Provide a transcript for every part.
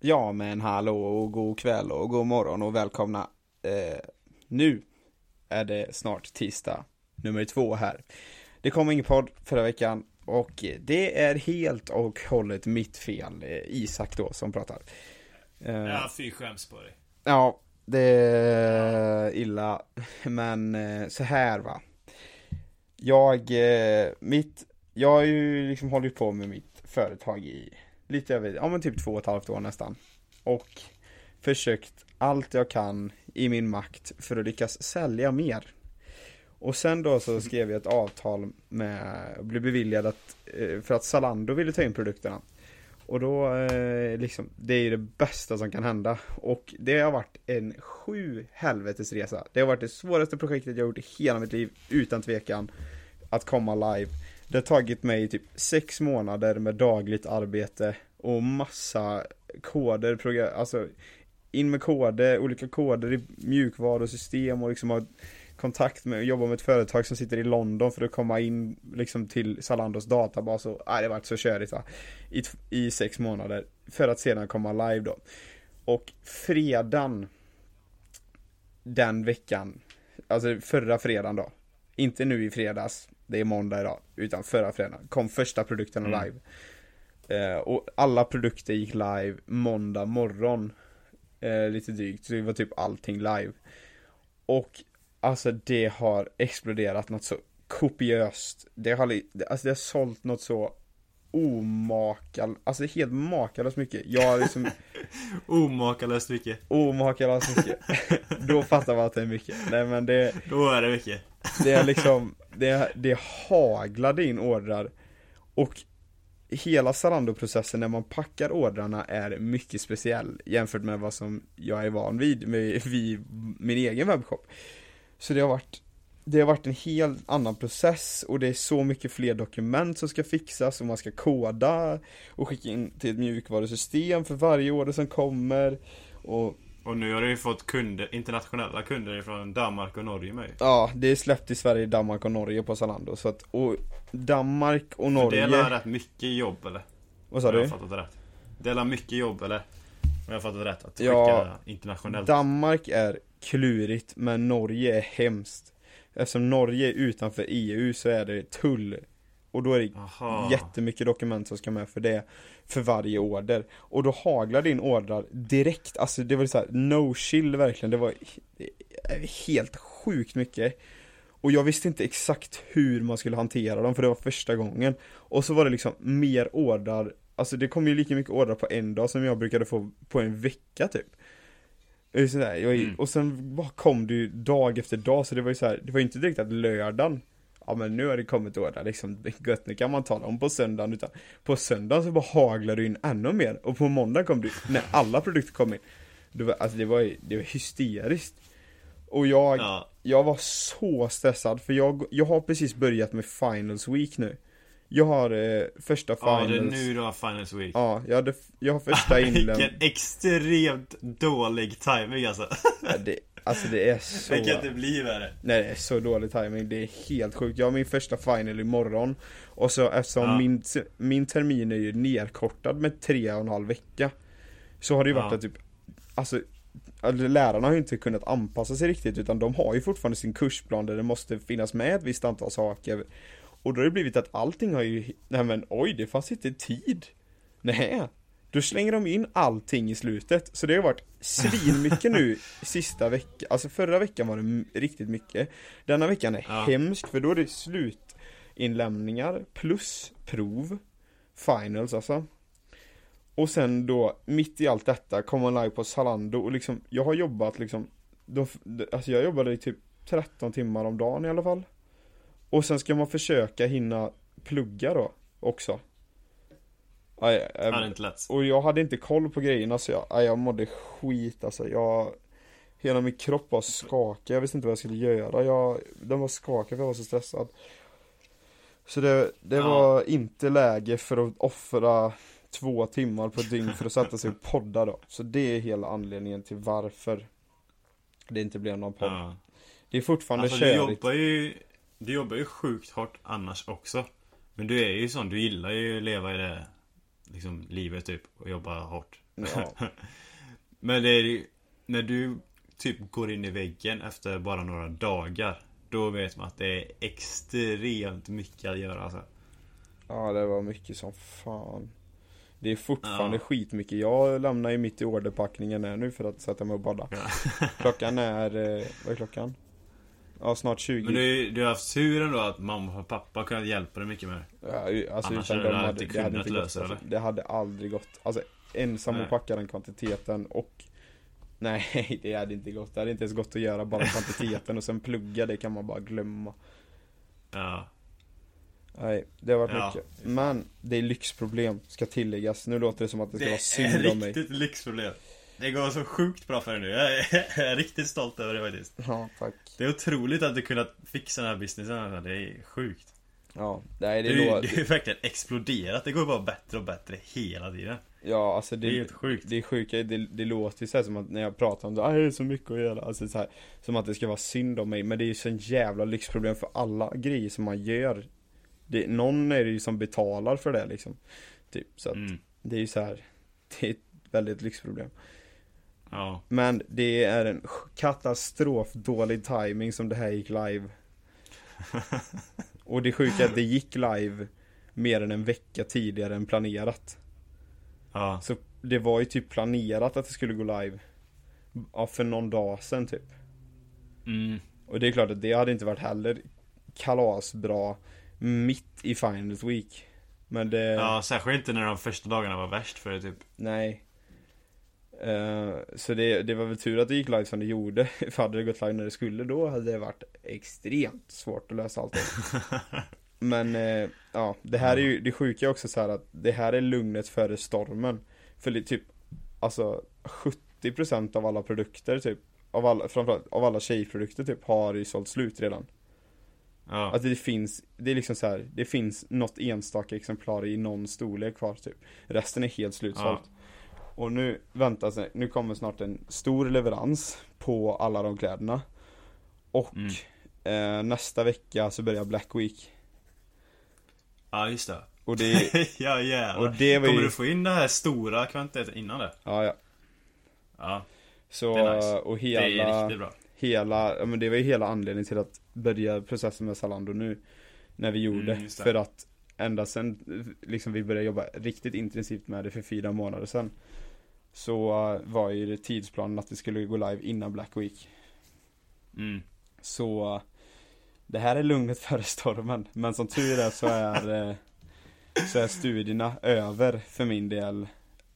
Ja men hallå och god kväll och god morgon och välkomna. Eh, nu är det snart tisdag nummer två här. Det kom ingen podd förra veckan och det är helt och hållet mitt fel, eh, Isak då som pratar. Eh, Ja, fy skäms på dig. Ja, det är illa. Men eh, så här va. Jag, eh, mitt, jag har ju liksom hållit på med mitt företag i lite över, ja men typ två och ett halvt år nästan. Och försökt allt jag kan i min makt för att lyckas sälja mer. Och sen då så skrev jag ett avtal med, blev beviljad att, eh, för att Zalando ville ta in produkterna. Och då, eh, liksom, det är ju det bästa som kan hända. Och det har varit en sju helvetes resa. Det har varit det svåraste projektet jag gjort i hela mitt liv, utan tvekan. Att komma live. Det har tagit mig typ sex månader med dagligt arbete och massa koder, program, alltså in med koder, olika koder i mjukvarusystem och liksom ha kontakt med, jobba med ett företag som sitter i London för att komma in liksom till Zalandos databas och, nej det vart så körigt va i, t- i sex månader för att sedan komma live då. Och fredagen den veckan, alltså förra fredagen då, inte nu i fredags, det är måndag idag, utan förra fredagen kom första produkten Mm. live. Eh, och alla produkter gick live måndag morgon, eh, lite drygt, så det var typ allting live. Och alltså det har exploderat något så kopiöst. Det har, li- alltså det har sålt något så omakal, alltså helt makalöst mycket. Jag har liksom Omakalöst mycket. omakalöst mycket. Då fattar man att det är mycket. Nej men det, Då är det mycket. det är liksom, det, det haglade in ordrar. Och hela Zalando-processen när man packar ordrarna är mycket speciell jämfört med vad som jag är van vid, med, vid min egen webbshop. Så det har varit det har varit en helt annan process och det är så mycket fler dokument som ska fixas och man ska koda och skicka in till ett mjukvarusystem för varje order som kommer och Och nu har du ju fått kunder, internationella kunder från Danmark och Norge med ju. Ja, det är släppt i Sverige, Danmark och Norge på Zalando så att, och Danmark och Det är Norge, rätt mycket jobb eller? vad sa Om Jag du? har fattat det rätt. Det är mycket jobb eller? Om jag har fattat det rätt. Att skicka Ja, internationellt. Danmark är klurigt, men Norge är hemskt Eftersom Norge är utanför EU så är det tull Och då är det Aha. jättemycket dokument som ska med för det För varje order Och då haglar det in ordrar direkt, alltså det var så här, no chill verkligen, det var he- helt sjukt mycket Och jag visste inte exakt hur man skulle hantera dem för det var första gången Och så var det liksom mer ordrar Alltså det kom ju lika mycket ordrar på en dag som jag brukade få på en vecka typ Det är sådär, jag, Mm. Och sen bara kom det ju dag efter dag så det var ju så här, det var ju inte direkt att lördagen Ja men nu har det kommit ordrar liksom, gött nu kan man ta dem på söndagen utan På söndagen så bara haglade det in ännu mer och på måndag kom det, när alla produkter kom in Det var, alltså det var, ju- det var hysteriskt Och jag, Ja. jag var så stressad för jag, jag har precis börjat med finals week nu Jag har eh, första ja, finals det är nu du har Finals Week. Ja, jag, hade, jag har första inlämn Vilken extremt dålig timing alltså. Ja, det, Alltså det är så Det kan inte bli värre. Nej det är så dålig timing. det är helt sjukt. Jag har min första final imorgon Och så eftersom Ja. min, min termin är ju nerkortad med tre och en halv vecka Så har det ju varit Ja. att typ Alltså alltså, Lärarna har ju inte kunnat anpassa sig riktigt utan de har ju fortfarande sin kursplan där det måste finnas med ett visst antal saker Och då har det blivit att allting har ju Nej men oj det fanns inte tid Nej då slänger de in allting i slutet, så det har varit svinmycket nu sista veckan, alltså förra veckan var det m- riktigt mycket Denna veckan är Ja. hemsk för då är det slutinlämningar plus prov Finals alltså Och sen då, mitt i allt detta, kom man live på Zalando och liksom, jag har jobbat liksom de, f- de- Alltså jag jobbade i typ 13 timmar om dagen i alla fall Och sen ska man försöka hinna plugga då, också Aj, Det aj, är inte lätt. och jag hade inte koll på grejerna så jag, aj, jag mådde skit alltså. Jag, hela min kropp var skakig, jag visste inte vad jag skulle göra. Jag, den var skakig för jag var så stressad. Så det, det Ja. var inte läge för att offra två timmar på ett dygn för att sätta sig och podda då. Så det är hela anledningen till varför det inte blev någon podd. Ja. Det är fortfarande Alltså du körigt. jobbar ju Du jobbar ju sjukt hårt annars också Men du är ju sån, du gillar ju att leva i det Liksom livet typ och jobba hårt Ja. Men det är ju, när du typ går in i väggen efter bara några dagar. Då vet man att det är extremt mycket att göra alltså. ja, det var mycket som fan. Det är fortfarande Ja. skitmycket. Jag lämnar ju mitt i orderpackningen här nu för att sätta mig och badda. Ja. Klockan är, eh, vad är klockan? Ja, snart 20. Men du, du har haft turen då att mamma och pappa har kunnat hjälpa dig mycket mer. Ja, ju- alltså Annars utan hade dem det typ hade inte det hade kunnat inte gått. lösa alltså. det. Det hade aldrig gått. Alltså ensam Nej. och packa den kvantiteten och Nej, det hade inte gått. Det hade inte ens gått att göra bara kvantiteten och sen plugga, det kan man bara glömma. Ja. Nej, det har varit Ja, det mycket. Men det är lyxproblem, ska tilläggas. Nu låter det som att det ska vara är synd om mig. riktigt lyxproblem. Det går så sjukt bra för dig nu. Jag är, jag är riktigt stolt över det faktiskt. Ja, tack. Det är otroligt att du kunnat fixa den här businessen. alltså. Det är sjukt. Ja, nej Det det är ju är det är ju verkligen exploderat. Det går bara bättre och bättre hela tiden. Ja, alltså Det är det, helt sjukt. det är sjuka, det, det låter ju så här som att när jag pratar om det, "Ah, det är så mycket att göra, alltså så här, Som att det ska vara synd om mig, men det är ju sån jävla lyxproblem för alla grejer som man gör det, Någon är det ju som betalar för det liksom Typ, så att Mm. det är ju så här. Det är ett väldigt lyxproblem Ja. Men det är en katastrof dålig timing som det här gick live Och det sjuka är att det gick live mer än en vecka tidigare än planerat Ja. Så det var ju typ planerat att det skulle gå live Ja, för någon dag sedan typ Mm. Och det är klart att det hade inte varit heller kalasbra mitt i Finals Week Men det, Ja, särskilt inte när de första dagarna var värst för det typ. nej Eh, Så det, det var väl tur att det gick live som det gjorde För hade det gått live när det skulle då hade det varit extremt svårt att lösa allt det Men eh, ja, det här är ju det sjuka är också så här att det här är lugnet före stormen. För det är typ, alltså 70% av alla produkter typ, av alla, framförallt av alla tjejprodukter typ har ju sålt slut redan. Ja. Att Alltså, det finns, det är liksom så här, det finns något enstaka exemplar i någon storlek kvar typ. Resten är helt slutsålt. Och nu väntas, nu kommer snart en stor leverans på alla de kläderna. Och Mm. eh, nästa vecka så börjar Black Week. Ja, just det. Och det är ja, Och jävlar. det var Kommer ju, du få in den här stora kvantiteten innan det? ja, ja. Ja. Så, Det är nice. och Det är hela, riktigt bra. hela, ja men det var ju hela anledningen till att börja processen med Zalando nu. När vi gjorde, Mm, just det. för att ända sen liksom vi började jobba riktigt intensivt med det för fyra månader sedan. Så eh, var ju det tidsplanen att det skulle gå live innan Black Week. Mm. Så eh, det här är lugnet före stormen. Men som tur är så är, eh, så är studierna över för min del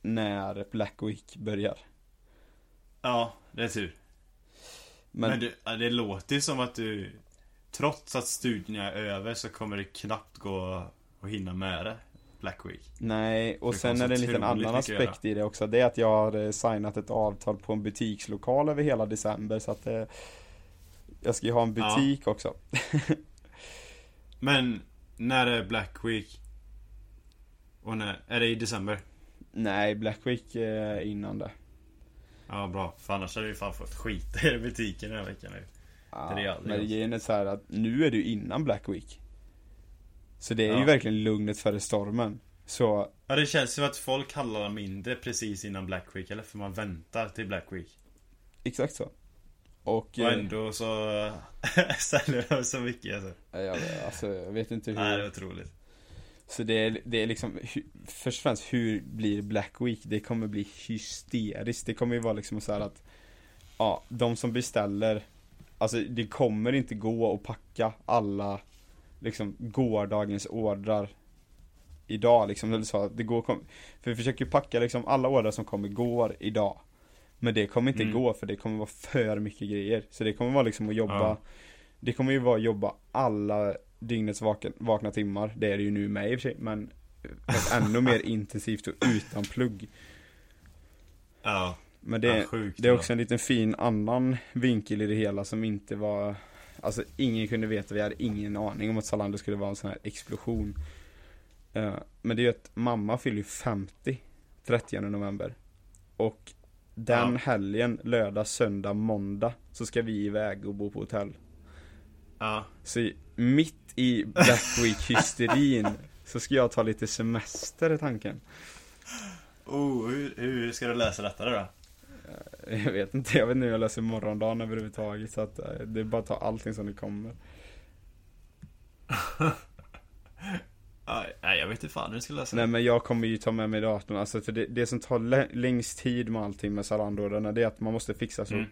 när Black Week börjar. Ja, det är tur. Men, Men, du, ja, det låter ju som att du Trots att studierna är över så kommer det knappt gå att hinna med det Black Week nej, och Det sen fanns är det en otroligt liten annan mycket att aspekt i det också. Det är att jag har eh, signat ett avtal på en butikslokal över hela december så att eh, jag ska ju ha en Ja. butik också. Men när är Black Week? Och när? Är det i december? Nej, Black Week eh, innan det. Ja bra, för annars hade vi fan fått skita i butiken den här veckan nu Ja, Det är det aldrig men alltså. grejen är så här att nu är det ju innan Black Week. Så det är ju Ja. verkligen lugnet före stormen. Så, Ja det känns som att folk handlar mindre precis innan Black Week eller? För man väntar till Black Week exakt så. Och, Och eh, ändå så säljer de så mycket alltså. jag, alltså, jag vet inte hur. Nej det är otroligt Så det är, det är liksom, hu- först och främst hur blir Black Week? Det kommer bli hysteriskt. Det kommer ju vara liksom så här att, ja, de som beställer, alltså det kommer inte gå att packa alla, liksom gårdagens ordrar idag liksom. Eller så, att det går, kom- för vi försöker ju packa liksom alla ordrar som kom igår idag. Men det kommer inte Mm. gå för det kommer vara för mycket grejer. Så det kommer vara liksom att jobba, Ja. det kommer ju vara att jobba alla dygnets vaken, vakna timmar, det är det ju nu med i och för sig, men fast ännu mer intensivt och utan plugg. Ja, Men det det, är sjukt det är också en liten fin annan vinkel i det hela som inte var, alltså ingen kunde veta, vi hade ingen aning om att Zalando skulle vara en sån här explosion. Eh, men det är ju att mamma fyller ju 50, 30 november. Och den Ja. helgen, lördag, söndag, måndag, så ska vi iväg och bo på hotell. Ja, Så mitt i Black Week-hysterin så ska jag ta lite semester i tanken. Oh, hur, hur ska du lösa detta då? Jag vet inte, jag vet inte hur jag löser morgondagen överhuvudtaget så att eh, det är bara att ta allting som det kommer. Ah, Nej, jag vet inte fan hur du ska lösa Nej det. men jag kommer ju ta med mig datorn, alltså för det, det som tar lä- längst tid med allting med Zalando-orderna det är att man måste fixa så Mm.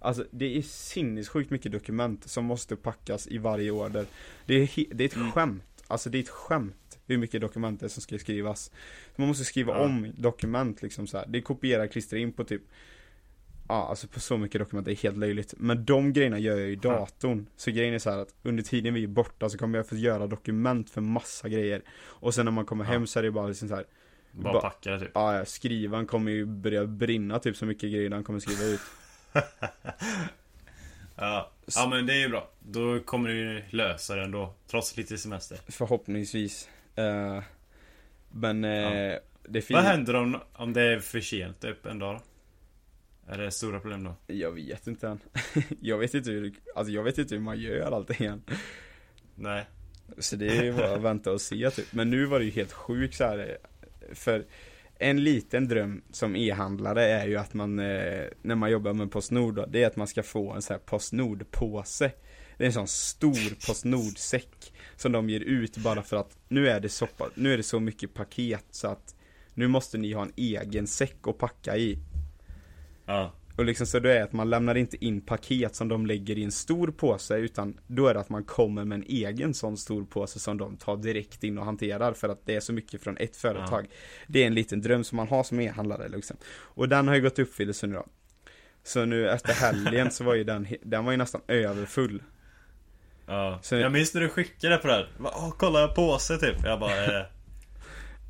Alltså det är sinnessjukt mycket dokument som måste packas i varje order Det är, he- det är ett Mm. skämt, alltså det är ett skämt hur mycket dokument det är som ska skrivas Man måste skriva Ja. om dokument liksom så här. det är kopiera, klistra in på typ Ja, alltså på så mycket dokument, det är helt löjligt. Men de grejerna gör jag i datorn. Så grejen är så här att under tiden vi är borta så kommer jag få göra dokument för massa grejer. Och sen när man kommer Ja. hem så är det bara liksom så här, Bara ba- packa det typ. ja ja, skrivaren kommer ju börja brinna typ så mycket grejer han kommer skriva ut. Ja. ja, men det är ju bra. Då kommer du ju lösa det ändå. Trots lite semester. Förhoppningsvis. Eh, men eh, Ja. det finns... Vad händer om, om det är för sent typ en dag? Är det stora problem då? Jag vet inte än. jag vet inte hur, alltså jag vet inte hur man gör allt igen. Nej. Så det är ju bara att vänta och se typ. Men nu var det ju helt sjukt så här. eh, För en liten dröm som e-handlare är ju att man, eh, när man jobbar med Postnord då, det är att man ska få en sån här Postnord-påse. Det är en sån stor Postnord-säck som de ger ut bara för att nu är det så, pa- nu är det så mycket paket så att nu måste ni ha en egen säck att packa i. Ja. Och liksom så det är att man lämnar inte in paket som de lägger i en stor påse utan då är det att man kommer med en egen sån stor påse som de tar direkt in och hanterar för att det är så mycket från ett företag. Det är en liten dröm som man har som e-handlare liksom. Och den har ju gått i uppfyllelse nu då. Så nu efter helgen så var ju den, he- den var ju nästan överfull. ja. Så- Jag minns när du skickade på det här. Va, Åh, kolla påse typ. Jag bara, är det?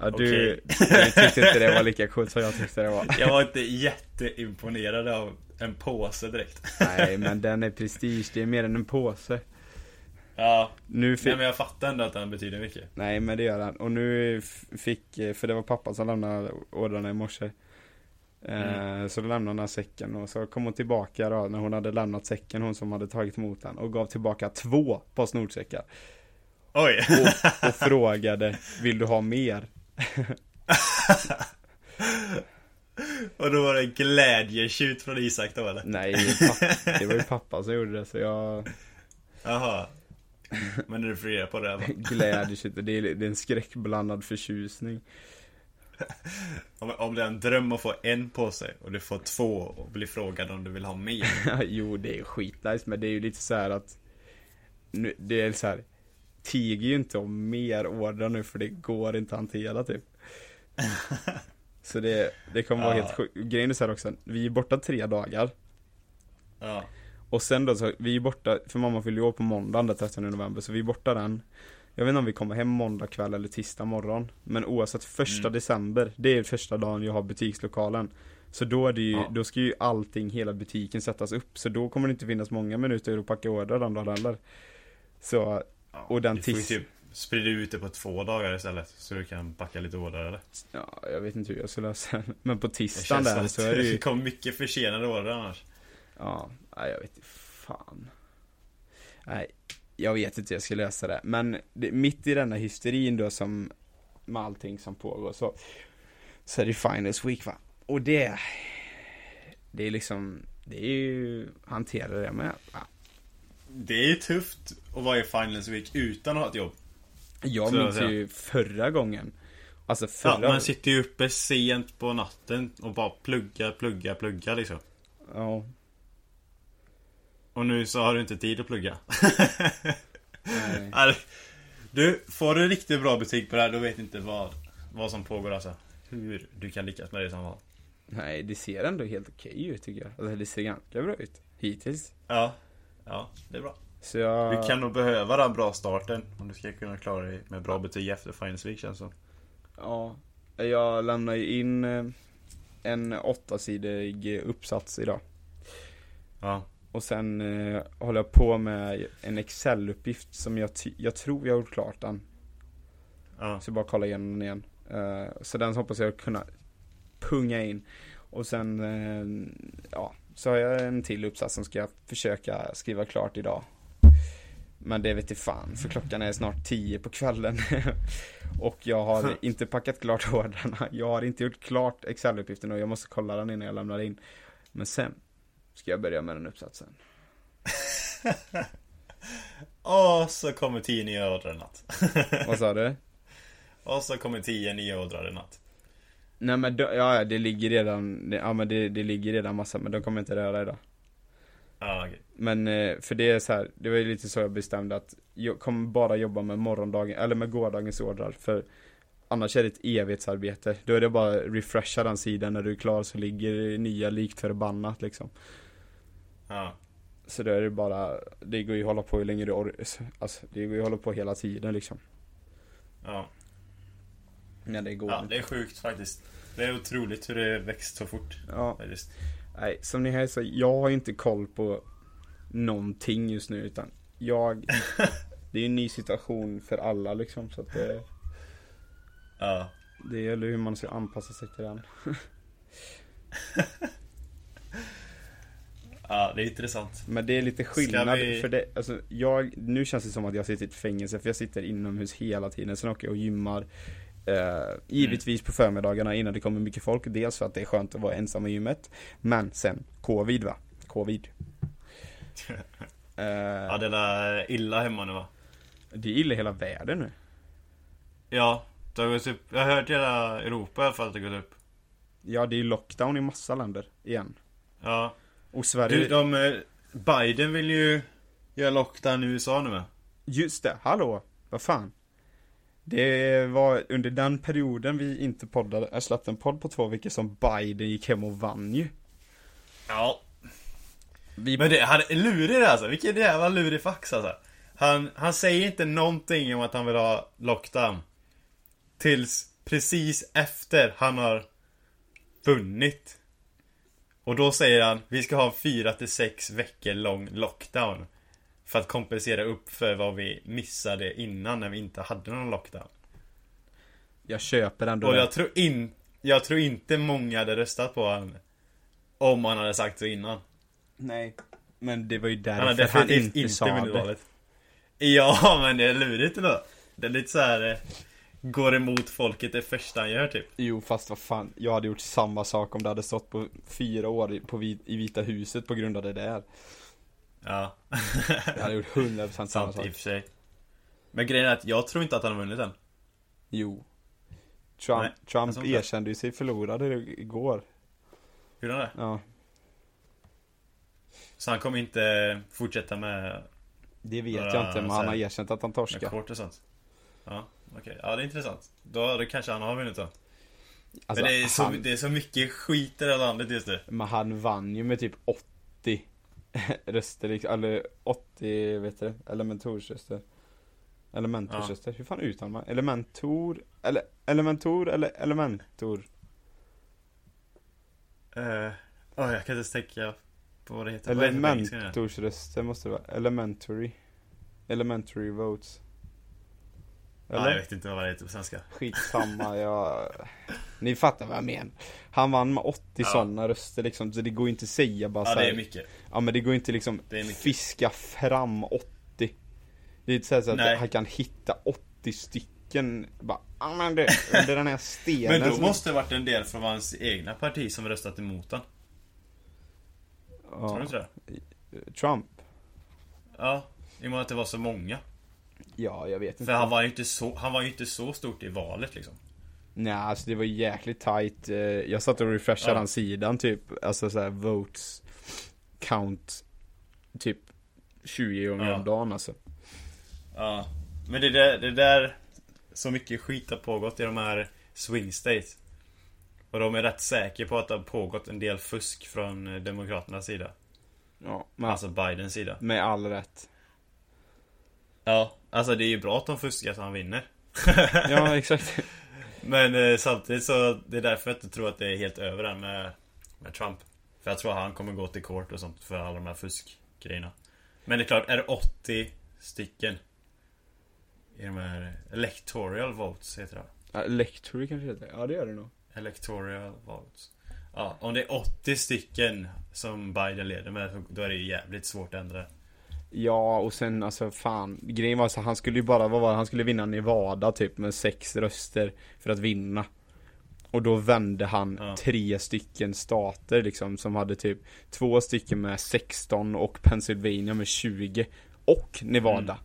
Ja, du, Okej. du tyckte inte det var lika coolt som jag tyckte det var. Jag var inte jätteimponerad av en påse direkt. Nej men den är prestige, det är mer än en påse. Ja. Nu fick, Nej, men jag fattar ändå att den betyder mycket. Nej men det gör han. Och nu f- fick, eh, för det var pappa som lämnade ordrarna i morse. Eh, Så då lämnade han säcken och så kom hon tillbaka då när hon hade lämnat säcken, hon som hade tagit emot den. Och gav tillbaka två Postnordsäckar. Oj! Och, och frågade, vill du ha mer? Och då var det glädjetjut från Isak då eller? Nej, pappa, det var ju pappa som gjorde det så jag Jaha. Men när du får reda på det här bara, glädjer sig inte. Det är, det är en skräckblandad förtjusning. om, om det är en dröm att få en påse och du får två och blir frågad om du vill ha mer. jo, det är skitnice, men det är ju lite så här att nu, det är så här tiger ju inte om mer ordrar nu för det går inte att hantera typ. Så det, det kommer vara Ja. helt sjukt. Grejen är så här också, vi är borta tre dagar Ja. och sen då så, vi är borta, för mamma fyller ju år på måndagen den 13 november, så vi är borta den. Jag vet inte om vi kommer hem måndag kväll eller tisdag morgon, men oavsett första Mm. december, det är första dagen jag har butikslokalen. Så då är det ju, Ja. då ska ju allting, hela butiken sättas upp, så då kommer det inte finnas många minuter att packa order den dagen heller. Så, och den Du får ju tis... typ sprida ut det på två dagar istället. Så du kan packa lite ordrar eller? Ja, jag vet inte hur jag ska lösa det, men på Det tisdagen känns som där att så är det det ju, kommer mycket försenade ordrar annars. ja, nej, jag vet inte, fan. Nej, jag vet inte hur jag ska lösa det, men det, mitt i denna hysterin då som, med allting som pågår så, så är det ju Finals Week va. Och det, det är liksom, det är ju, hantera det med va. Det är ju tufft att vara i Finals Week utan att ha ett jobb. Jag Så, minns ja. ju förra gången. Alltså Ja, förra man sitter ju uppe sent på natten och bara pluggar, pluggar, pluggar liksom. Ja, Och nu så har du inte tid att plugga. nej. Alltså, Du, får du riktigt bra betyg på det här då vet inte vad, vad som pågår alltså. Hur du kan lyckas med det i samma nej, det ser ändå helt okej ut tycker jag. Alltså det ser ganska bra ut, hittills. Ja. Ja, det är bra. Så jag... Du kan nog behöva den bra starten om du ska kunna klara dig med bra betyg efter Finals Week känns som. Ja, jag lämnar ju in eh, en åttasidig uppsats idag. Ja. Och sen eh, håller jag på med en Excel-uppgift som jag, ty- jag tror jag har gjort klart den. Ja. Så jag bara kolla igenom den igen. Eh, så den hoppas jag kunna punga in. Och sen, eh, ja, så har jag en till uppsats som ska jag försöka skriva klart idag. Men det vet jag fan, för klockan är snart 10 på kvällen. och jag har inte packat klart ordrarna. Jag har inte gjort klart Excel-uppgiften och jag måste kolla den innan jag lämnar in. Men sen ska jag börja med den uppsatsen. Och så kommer tio nya ådror i natt. Vad sa du? Och så kommer tio nya ådror i natt. Nej men då, ja, ja, det ligger redan, det, ja men det, det ligger redan massa, men de kommer inte röra idag. Ja, okej. Men eh, för det är så här, det var ju lite så jag bestämde att jag kommer bara jobba med morgondagen, eller med gårdagens ordrar för annars är det ett evighetsarbete. Då är det bara att refresha den sidan, när du är klar så ligger det nya likt förbannat liksom. Ja. Så då är det bara, det går ju att hålla på hur länge du orkar, alltså det går ju att hålla på hela tiden liksom. Ja. När det går. ja, det är sjukt faktiskt. Det är otroligt hur det växt så fort. ja. Faktiskt. Nej, som ni hör så, jag har inte koll på någonting just nu utan jag, det är ju en ny situation för alla liksom så att det, Ja. det gäller hur man ska anpassa sig till den. ja, det är intressant. Men det är lite skillnad vi- för det, alltså jag, nu känns det som att jag sitter i ett fängelse för jag sitter inomhus hela tiden, sen åker jag och gymmar eh, Givetvis på förmiddagarna innan det kommer mycket folk, dels för att det är skönt att vara ensam i gymmet Men sen, covid va? Covid eh, Ja, det är illa hemma nu va? Det är illa i hela världen nu Ja, det har gått upp. Jag har hört hela Europa i alla fall att det har gått upp. Ja, det är lockdown i massa länder igen. Ja. Och Sverige... Du, de... eh, Biden vill ju göra lockdown i USA nu med. Just det, hallå! Vad fan? Det var under den perioden vi inte poddade, jag släppte en podd på två veckor som Biden gick hem och vann ju. Ja. Men det, han är lurig där, alltså. Vilken jävla lurig fax alltså. Han, han säger inte någonting om att han vill ha lockdown. Tills precis efter han har vunnit. Och då säger han, vi ska ha en 4 till 6 veckor lång lockdown. För att kompensera upp för vad vi missade innan när vi inte hade någon lockdown. Jag köper ändå Och det. jag tror, in, jag tror inte många hade röstat på honom. Om han hade sagt så innan. Nej. Men det var ju Han har därför han, definitivt inte, inte sa vunnit det. valet. Ja, men det är lurigt ändå. Det är lite så här eh, Går emot folket det första han gör typ. Jo, fast vad fan, jag hade gjort samma sak om det hade stått på fyra år i, på vit, i Vita huset på grund av det där. Ja. Jag hade gjort 100% samma Sant i sak. och för sig. Men grejen är att jag tror inte att han har vunnit än. Jo. Trump, Nej, alltså, jag Trump såg inte. erkände ju sig förlorad igår. Gjorde han det? Ja. Så han kommer inte eh, fortsätta med, Det vet Några jag inte, men han har säger- erkänt att han med torskar. kort och sånt? Ja, okej. Ja, det är intressant. Då, då kanske han har vunnit då. Alltså, men det är, så, han, det är så mycket skit i det här landet just nu. men han vann ju med typ 80 röster, liksom, eller 80, vet du det? Elementorsröster. Elementorsröster, hur fan uttalar man? Elementor, eller elementor eller elementor? Uh, jag kan inte ens tänka på vad det heter. Vad heter det på engelska nu? Elementorsröster måste det vara, elementary. Elementary votes. Ja, jag Eller? vet inte vad det heter på svenska. Skitsamma, jag... Ni fattar vad jag menar. Han vann med 80 Ja. sådana röster liksom, så det går inte att säga bara Ja, så det här, är mycket. Ja men det går inte liksom Det är mycket. fiska fram 80 Det är inte så, här så att Nej. han kan hitta 80 stycken bara, ah, men du, under den här stenen Men då som- måste det varit en del från hans egna parti som röstat emot han. Tror du ja, inte det? Trump Ja. I och med att det var så många. Ja jag vet För inte han var ju inte så, han var ju inte så stort i valet liksom. Nej alltså det var jäkligt tight Eh, Jag satt och refreshade Ja. den sidan typ Alltså såhär votes Count Typ 20 gånger Ja. om dagen alltså Ja. Men det där, det där... Så mycket skit har pågått i de här swing states. Och de är rätt säkra på att det har pågått en del fusk från eh, Demokraternas sida. Ja men Alltså Bidens sida. med all rätt Ja. Alltså det är ju bra att de fuskar så han vinner. Ja exakt Men eh, samtidigt så, det är därför jag inte tror att det är helt över än med, med Trump. För jag tror att han kommer gå till court och sånt för alla de här fuskgrejerna. Men det är klart, är det 80 stycken i de här electoral votes, heter det Ja, Lectory kanske heter det? Ja det gör det nog Electoral votes. Ja, om det är 80 stycken som Biden leder med, så- då är det ju jävligt svårt att ändra. Ja, och sen alltså fan, grejen var så han skulle ju bara, vad var det? han skulle vinna Nevada typ med sex röster för att vinna. Och då vände han Ja. tre stycken stater liksom som hade typ två stycken med 16 och Pennsylvania med 20 och Nevada.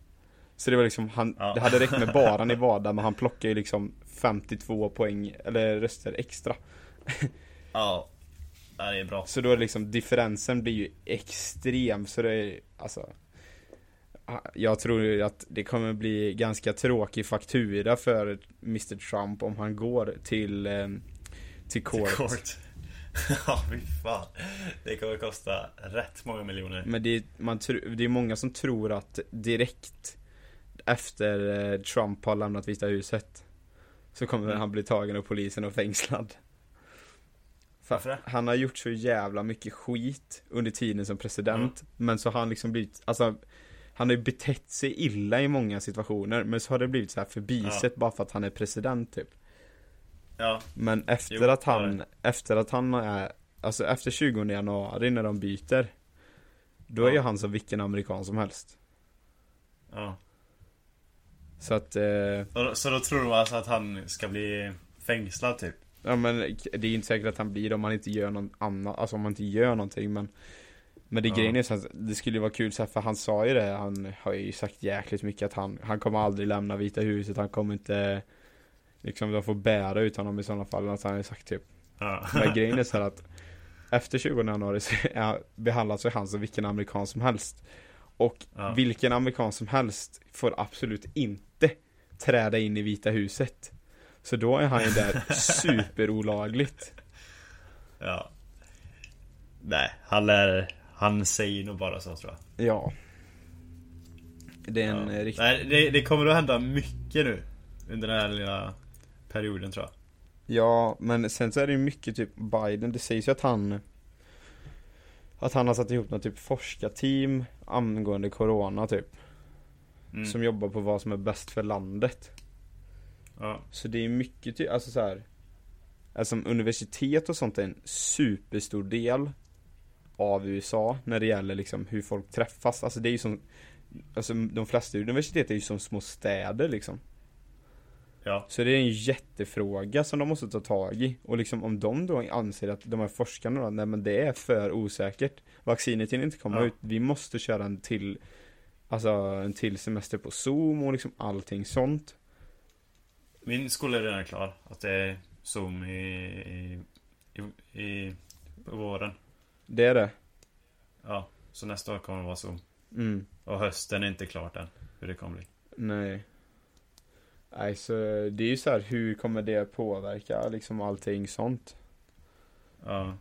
Så det var liksom, han, Mm. Ja. det hade räckt med bara Nevada men han plockade ju liksom 52 poäng, eller röster extra. Ja. Ja, Det är bra. Så då är det liksom, differensen blir ju extrem så det är, alltså ah, Jag tror ju att det kommer bli ganska tråkig faktura för Mr Trump om han går till eh, Till court, Kort. ja, fy fan. Det kommer kosta rätt många miljoner. Men det, är- man, tr- det är många som tror att direkt Efter eh, Trump har lämnat Vita huset Så kommer Mm. han bli tagen av polisen och fängslad För Varför det? Han har gjort så jävla mycket skit under tiden som president Mm. Men så har han liksom blivit, alltså Han har ju betett sig illa i många situationer Men så har det blivit så här förbisett bara för att han är president typ Ja, Men efter Jo, att så är han, efter att han är Alltså efter 20 januari när de byter Då är Ja. ju han som vilken amerikan som helst ja. Så att, eh, Och då- Så då tror de alltså att han ska bli fängslad typ? ja men det är ju inte säkert att han blir det om han inte gör någon annan, alltså om han inte gör någonting men Men det Ja. grejen är så att det skulle ju vara kul så här, för han sa ju det, han har ju sagt jäkligt mycket att han, han kommer aldrig lämna Vita huset, han kommer inte Liksom de får bära ut honom i sådana fall, att han har sagt typ Ja. Men grejen är så här att efter 20 januari så är- behandlas ju han som vilken amerikan som helst. Och Ja. vilken amerikan som helst får absolut inte träda in i Vita huset. Så då är han ju där superolagligt. ja. Nej, han lär... Han säger nog bara så tror jag. Ja. Det är en ja. eh, riktig... Nej, det, det kommer att hända mycket nu. Under den här lilla perioden tror jag. Ja, men sen så är det ju mycket typ Biden, det sägs ju att han Att han har satt ihop något typ forskarteam angående corona typ. Mm. Som jobbar på vad som är bäst för landet. Ja. Så det är mycket, ty- alltså så här. Alltså universitet och sånt är en superstor del av USA när det gäller liksom hur folk träffas. Alltså det är ju som, alltså de flesta universitet är ju som små städer liksom. Ja. Så det är en jättefråga som de måste ta tag i. Och liksom om de då anser att de här forskarna då, nej men det är för osäkert. Vaccinet hinner inte komma Ja. ut, vi måste köra en till, alltså en till semester på zoom och liksom allting sånt. Min skola är redan klar. Att det är Zoom i... i, i, i på våren. Det är det. Ja. Så nästa år kommer det vara Zoom. Mm. Och hösten är inte klart än. Hur det kommer bli. Nej. Nej, så det är ju så här, hur kommer det påverka liksom allting sånt? Ja.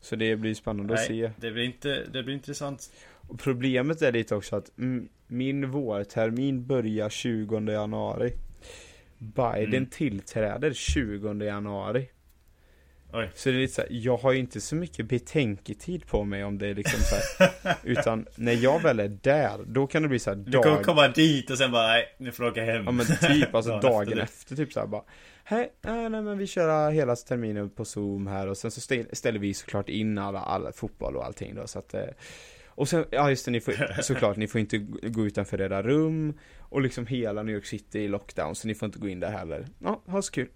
Så det blir spännande att se. det blir, inte, det blir intressant. Och problemet är lite också att mm, min vårtermin börjar 20 januari. Biden Mm. tillträder 20 januari. Oj. Så det är lite så här, jag har ju inte så mycket betänketid på mig om det är liksom så här. Utan när jag väl är där, då kan det bli så här Du kommer dag komma dit och sen bara, nej, nu får du åka hem. Ja men typ, alltså Dagen dagen efter. efter typ såhär bara Hej, eh, nej, nej men vi kör hela terminen på zoom här och sen så ställ- ställer vi såklart in alla, alla fotboll och allting då så att eh, Och sen, ja just det, ni får, såklart ni får inte g- gå utanför era rum Och liksom hela New York City i lockdown så ni får inte gå in där heller Ja, ha så kul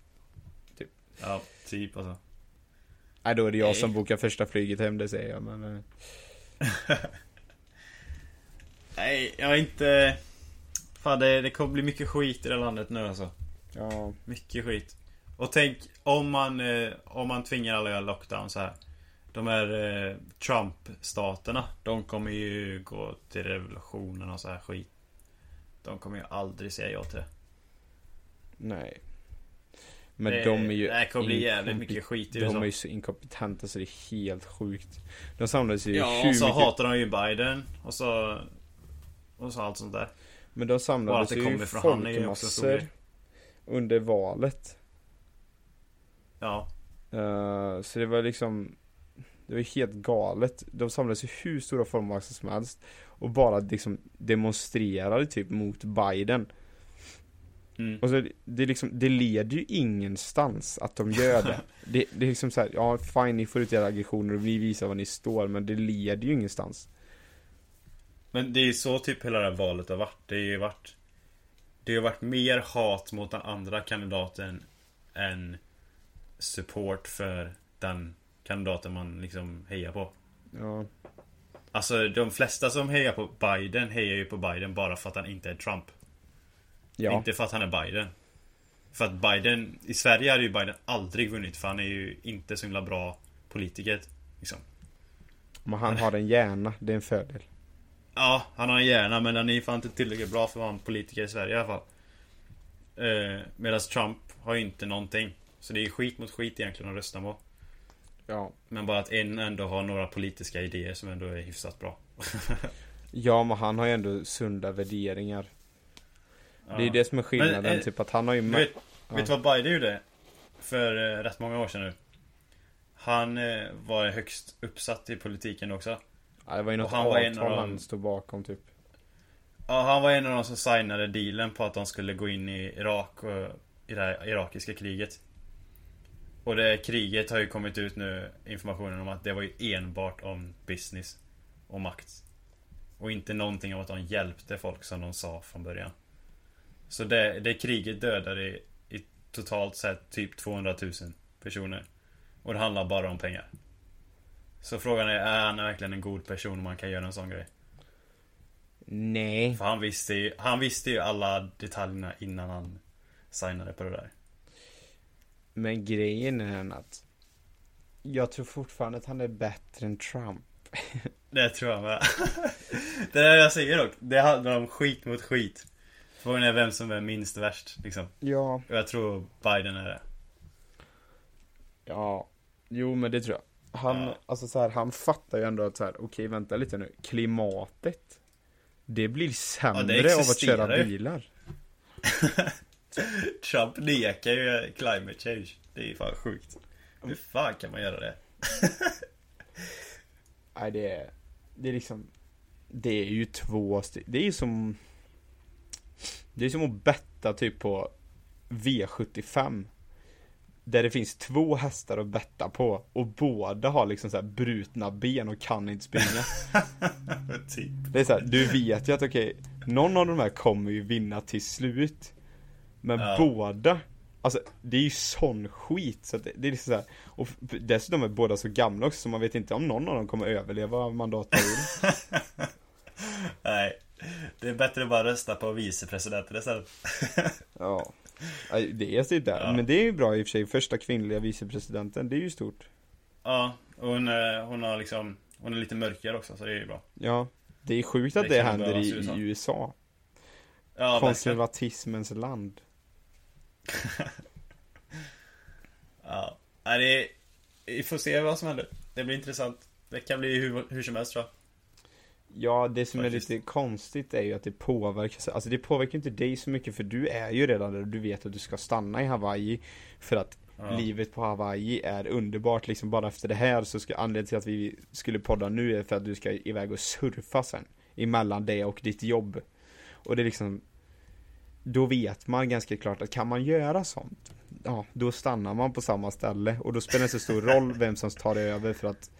Ja, typ alltså. Nej då är det jag som Nej. bokar första flyget hem, det säger jag men eh, Nej, jag är inte... Fan, det, det kommer bli mycket skit i det här landet nu alltså. Ja, Mycket skit. Och tänk om man, eh, om man tvingar alla att göra lockdown så här. De här eh, Trump-staterna, de kommer ju gå till revolutionen och så här skit. De kommer ju aldrig säga ja till det. nej Men det, de är ju Det här kommer bli jävligt inkompe- mycket skit i De är USA. ju så inkompetenta så det är helt sjukt De samlades ju Ja, hur och så mycket hatar de ju Biden. Och så... Och så allt sånt där. Men de Bara att samlades det ju kommer från han är ju också en stor folkmassor grej. under valet. Ja. Eh, så det var liksom, det var ju helt galet. De samlades ju hur stora folkmassor som helst och bara liksom demonstrerade typ mot Biden. Mm. Och så, det, är liksom, det leder ju ingenstans att de gör det. det, det är liksom så här, ja fine ni får ut era aggressioner och ni visar var ni står men det leder ju ingenstans. Men det är ju så typ hela det här valet har varit. Det har ju varit... Det har varit mer hat mot den andra kandidaten än support för den kandidaten man liksom hejar på. Ja. Alltså de flesta som hejar på Biden hejar ju på Biden bara för att han inte är Trump. Ja. Inte för att han är Biden. För att Biden, i Sverige hade ju Biden aldrig vunnit för han är ju inte så himla bra politiker. Liksom. Men han har en hjärna, det är en fördel. Ja, han har en hjärna men den är fan inte tillräckligt bra för att vara en politiker i Sverige i alla fall. Eh, Medan Trump har ju inte någonting. Så det är skit mot skit egentligen att rösta på. Ja. Men bara att en ändå har några politiska idéer som ändå är hyfsat bra. Ja, men han har ju ändå sunda värderingar. Ja. Det är det som är skillnaden, Men, eh, typ att han har ju... Du Ma- vet, vet du vad Biden gjorde? För eh, rätt många år sedan nu. Han eh, var högst uppsatt i politiken också. ja, det var ju något och han var en av avtal dem. han stod bakom typ. Ja, han var en av de som signade dealen på att de skulle gå in i Irak och i det här irakiska kriget. Och det kriget har ju kommit ut nu, informationen om att det var ju enbart om business och makt. Och inte någonting om att de hjälpte folk som de sa från början. Så det, det kriget dödade i, i totalt sett typ 200 000 personer. Och det handlar bara om pengar. Så frågan är, är han verkligen en god person om man kan göra en sån grej? Nej. För han visste ju, han visste ju alla detaljerna innan han signade på det där. Men grejen är den att jag tror fortfarande att han är bättre än Trump. Det tror jag med. det där jag säger dock, det handlar om skit mot skit. Frågan är vem som är minst värst liksom. Ja. Och jag tror Biden är det. Ja, jo men det tror jag. Han, Ja. alltså så här, han fattar ju ändå att så här, okej vänta lite nu, klimatet. Det blir sämre av att köra existerar ju. bilar. Trump nekar ju climate change. Det är fan sjukt. Hur fan kan man göra det? Nej det är, det är liksom, det är ju två st- det är ju som, det är som att betta typ på V75. Där det finns två hästar att betta på och båda har liksom så här brutna ben och kan inte springa. typ. Det är så här, du vet ju att okej, någon av de här kommer ju vinna till slut. Men Ja. båda, alltså det är ju sån skit. Så att det, det är liksom så här, och f- dessutom är båda så gamla också så man vet inte om någon av dem kommer överleva mandatperioden. Nej. Det är bättre att bara rösta på vicepresidenten istället. ja. Nej, Det är typ det. Ja. Men det är ju bra i och för sig, första kvinnliga vicepresidenten, det är ju stort. ja, och hon, eh, hon har liksom, hon är lite mörkare också så det är ju bra. Ja. Det är sjukt att Det det, kan händer behövas i, i USA. i USA. Ja, verkligen. Konservatismens land. Ja, nej, det är, vi får se vad som händer. Det blir intressant. Det kan bli hur, hur som helst tror jag. Ja, det som Faktiskt. är lite konstigt är ju att det påverkar, alltså det påverkar inte dig så mycket för du är ju redan där och du vet att du ska stanna i Hawaii för att Ja. livet på Hawaii är underbart liksom bara efter det här så ska anledningen till att vi skulle podda nu är för att du ska iväg och surfa sen emellan det och ditt jobb. Och det är liksom då vet man ganska klart att kan man göra sånt, ja då stannar man på samma ställe och då spelar det inte så stor roll vem som tar det över för att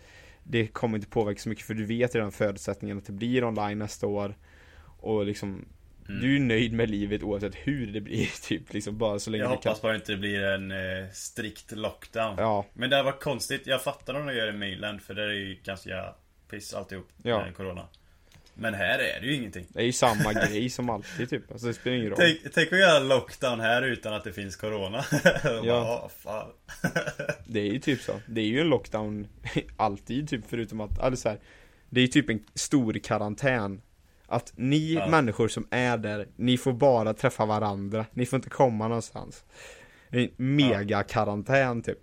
det kommer inte påverka så mycket för du vet redan förutsättningarna att det blir online nästa år och liksom Mm. du är nöjd med livet oavsett hur det blir typ liksom bara så länge Jag du kan. hoppas bara inte det blir en eh, strikt lockdown. Ja, Men det här var konstigt. Jag fattar om de gör det i Mainland för där är det ju ganska piss alltihop Ja. med corona. Men här är det ju ingenting. det är ju samma grej som alltid typ, alltså det spelar ingen roll. Tänk, tänk att göra lockdown här utan att det finns corona. ja. Bara, "Ah, fan. Det är ju typ så. Det är ju en lockdown alltid typ förutom att, eller så här, Det är ju typ en stor karantän. Att ni Ja. människor som är där, ni får bara träffa varandra. Ni får inte komma någonstans. Det är en megakarantän typ.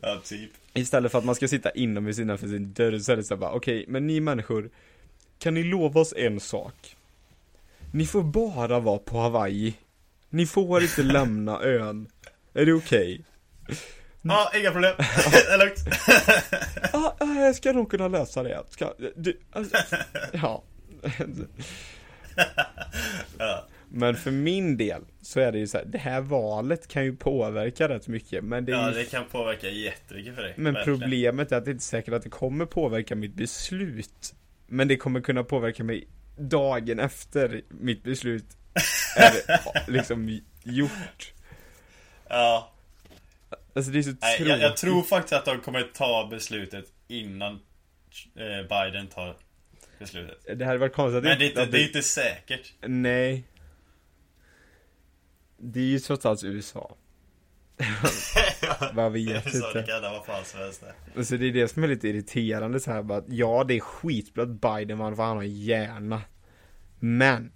ja, typ. Istället för att man ska sitta inomhus innanför sin dörr så är det så här bara okej, men ni människor, kan ni lova oss en sak? Ni får bara vara på Hawaii. Ni får inte lämna ön. Är det okej? Mm. Ja, inga problem. det är lugnt. Ja, ah, jag ska nog kunna lösa det. Ska, du, alltså, ja. Ja. Men för min del så är det ju så här, det här valet kan ju påverka rätt mycket. Men, det är ja, ju, det kan påverka jättemycket för dig. men verkligen. problemet är att det inte är säkert att det kommer påverka mitt beslut. men det kommer kunna påverka mig dagen efter mitt beslut är liksom gjort. Ja. Alltså det är så Nej, tråkigt. jag, jag tror faktiskt att de kommer ta beslutet innan eh, Biden tar beslutet. Det hade varit konstigt att Men det är inte, att det är inte säkert. Nej. Det är ju trots allt USA. Vad vet Så det inte. kan hända vad fan som helst. där. Alltså det är det som är lite irriterande så här bara att ja det är skitbra att Biden vann för han har hjärna. Men.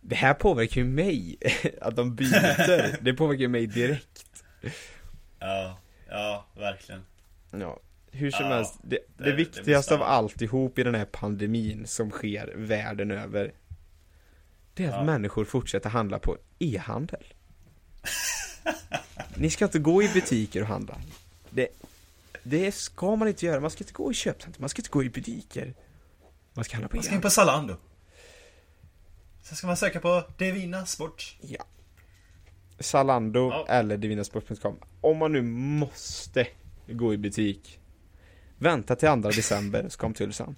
Det här påverkar ju mig. att de byter. det påverkar ju mig direkt. Ja, ja, verkligen. Ja. Hur som Ja, helst, det, det, det- det viktigaste av bestämmer. alltihop i den här pandemin som sker världen över. Det är att Ja. människor fortsätter handla på e-handel. Ni ska inte gå i butiker och handla. Det, det ska man inte göra, man ska inte gå i köpcentrum, man ska inte gå i butiker. Man ska handla på Man ska in e-handel. på Zalando. Sen ska man söka på Devina Sport. Ja. Zalando Ja. eller divinasport.com. Om man nu måste gå i butik. Vänta till 2 december, så kom till Ulricehamn.